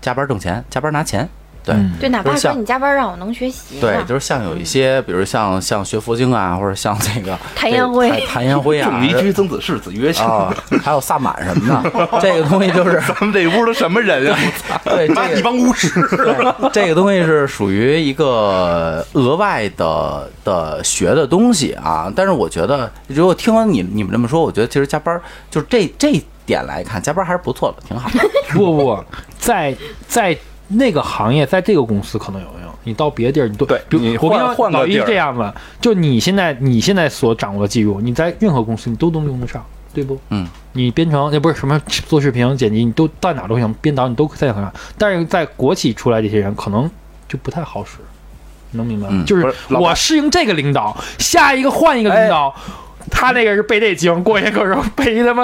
A: 加班儿挣钱，加班儿拿钱，对。
B: 嗯
F: 对，哪
A: 不
F: 怕
A: 是
F: 说
A: 像
F: 你加班让我能学习啊呢，
A: 对，就是像有一些，比如像像学佛经啊，或者像这个
F: 谭延辉
A: 这个谭谭延 辉啊，
D: 仲尼居曾子世子曰性，
A: 啊，还有萨满什 么的，这个东西就是
D: 咱们这屋都什么人啊？
A: 对
E: 妈一
A: 这个
E: 帮巫师，
A: 对 这个东西是属于一个额外的的学的东西啊。但是我觉得，如果听完你你们这么说，我觉得其实加班儿就这这一点来看，加班儿还是不错的，挺好的。
B: 不不不，在在那个行业，在这个公司可能有用，你到别的地儿你都
D: 对
B: 比如
D: 你
B: 我跟
D: 换
B: 你说
D: 换个
B: 老一
D: 地
B: 是
D: 儿
B: 这样吧，就你现在你现在所掌握的技术，你在任何公司你都能用得上，对不？
A: 嗯，
B: 你编程那不是什么做视频剪辑，你都到哪都行，编导你都可以在上。但是在国企出来这些人可能就不太好使，能明白吗？
A: 嗯
B: 就是
D: 不是老
B: 我
D: 板哎
B: 适应这个领导，下一个换一个领导。他那个是背这经，过一个时候背一他妈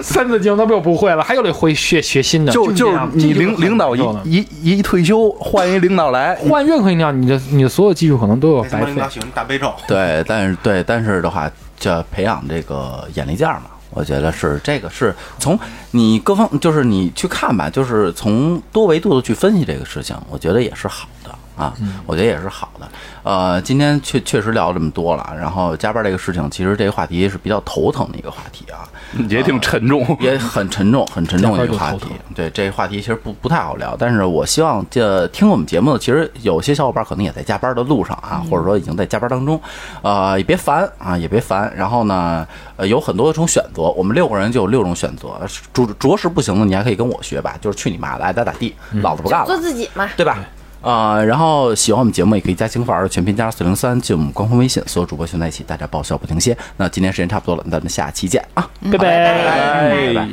B: 三字经，他不又不会了，还又得回学学新的。
D: 就
B: 就
D: 就是是
B: 这样
D: 你
B: 这就
D: 领
B: 很
D: 领导一
B: 难受了
D: 一一退休，换一领导来，
B: 换任何一辆，你的你的所有技术可能都有白费
E: 领。导喜欢大 悲咒，
A: 对，但是对，但是的话，这培养这个眼力劲儿嘛，我觉得是这个是从你各方，就是你去看吧，就是从多维度的去分析这个事情，我觉得也是好的啊，我觉得也是好的。呃，今天确确实聊这么多了，然后加班这个事情，其实这个话题是比较头疼的一个话题啊。
D: 也挺沉 重。
A: 也很沉重，很沉重的一个话题
B: 加班就头。
A: 对嗯这个话题其实不不太好聊，但是我希望这听我们节目的，其实有些小伙伴可能也在加班的路上啊，或者说已经在加班当中，呃，也别烦啊，也别烦。然后呢，呃，有很多种选择，我们六个人就有六种选择，着着实不行的，你还可以跟我学吧，就是去你妈的，爱咋咋地，老子不干了
F: 做。自己嘛。
A: 嗯对吧？呃，然后喜欢我们节目也可以加青粉儿全拼加四零三进我们官方微信，所有主播群在一起，大家爆笑不停歇。那今天时间差不多了，咱们下期见啊！
B: 拜拜。
A: 拜拜。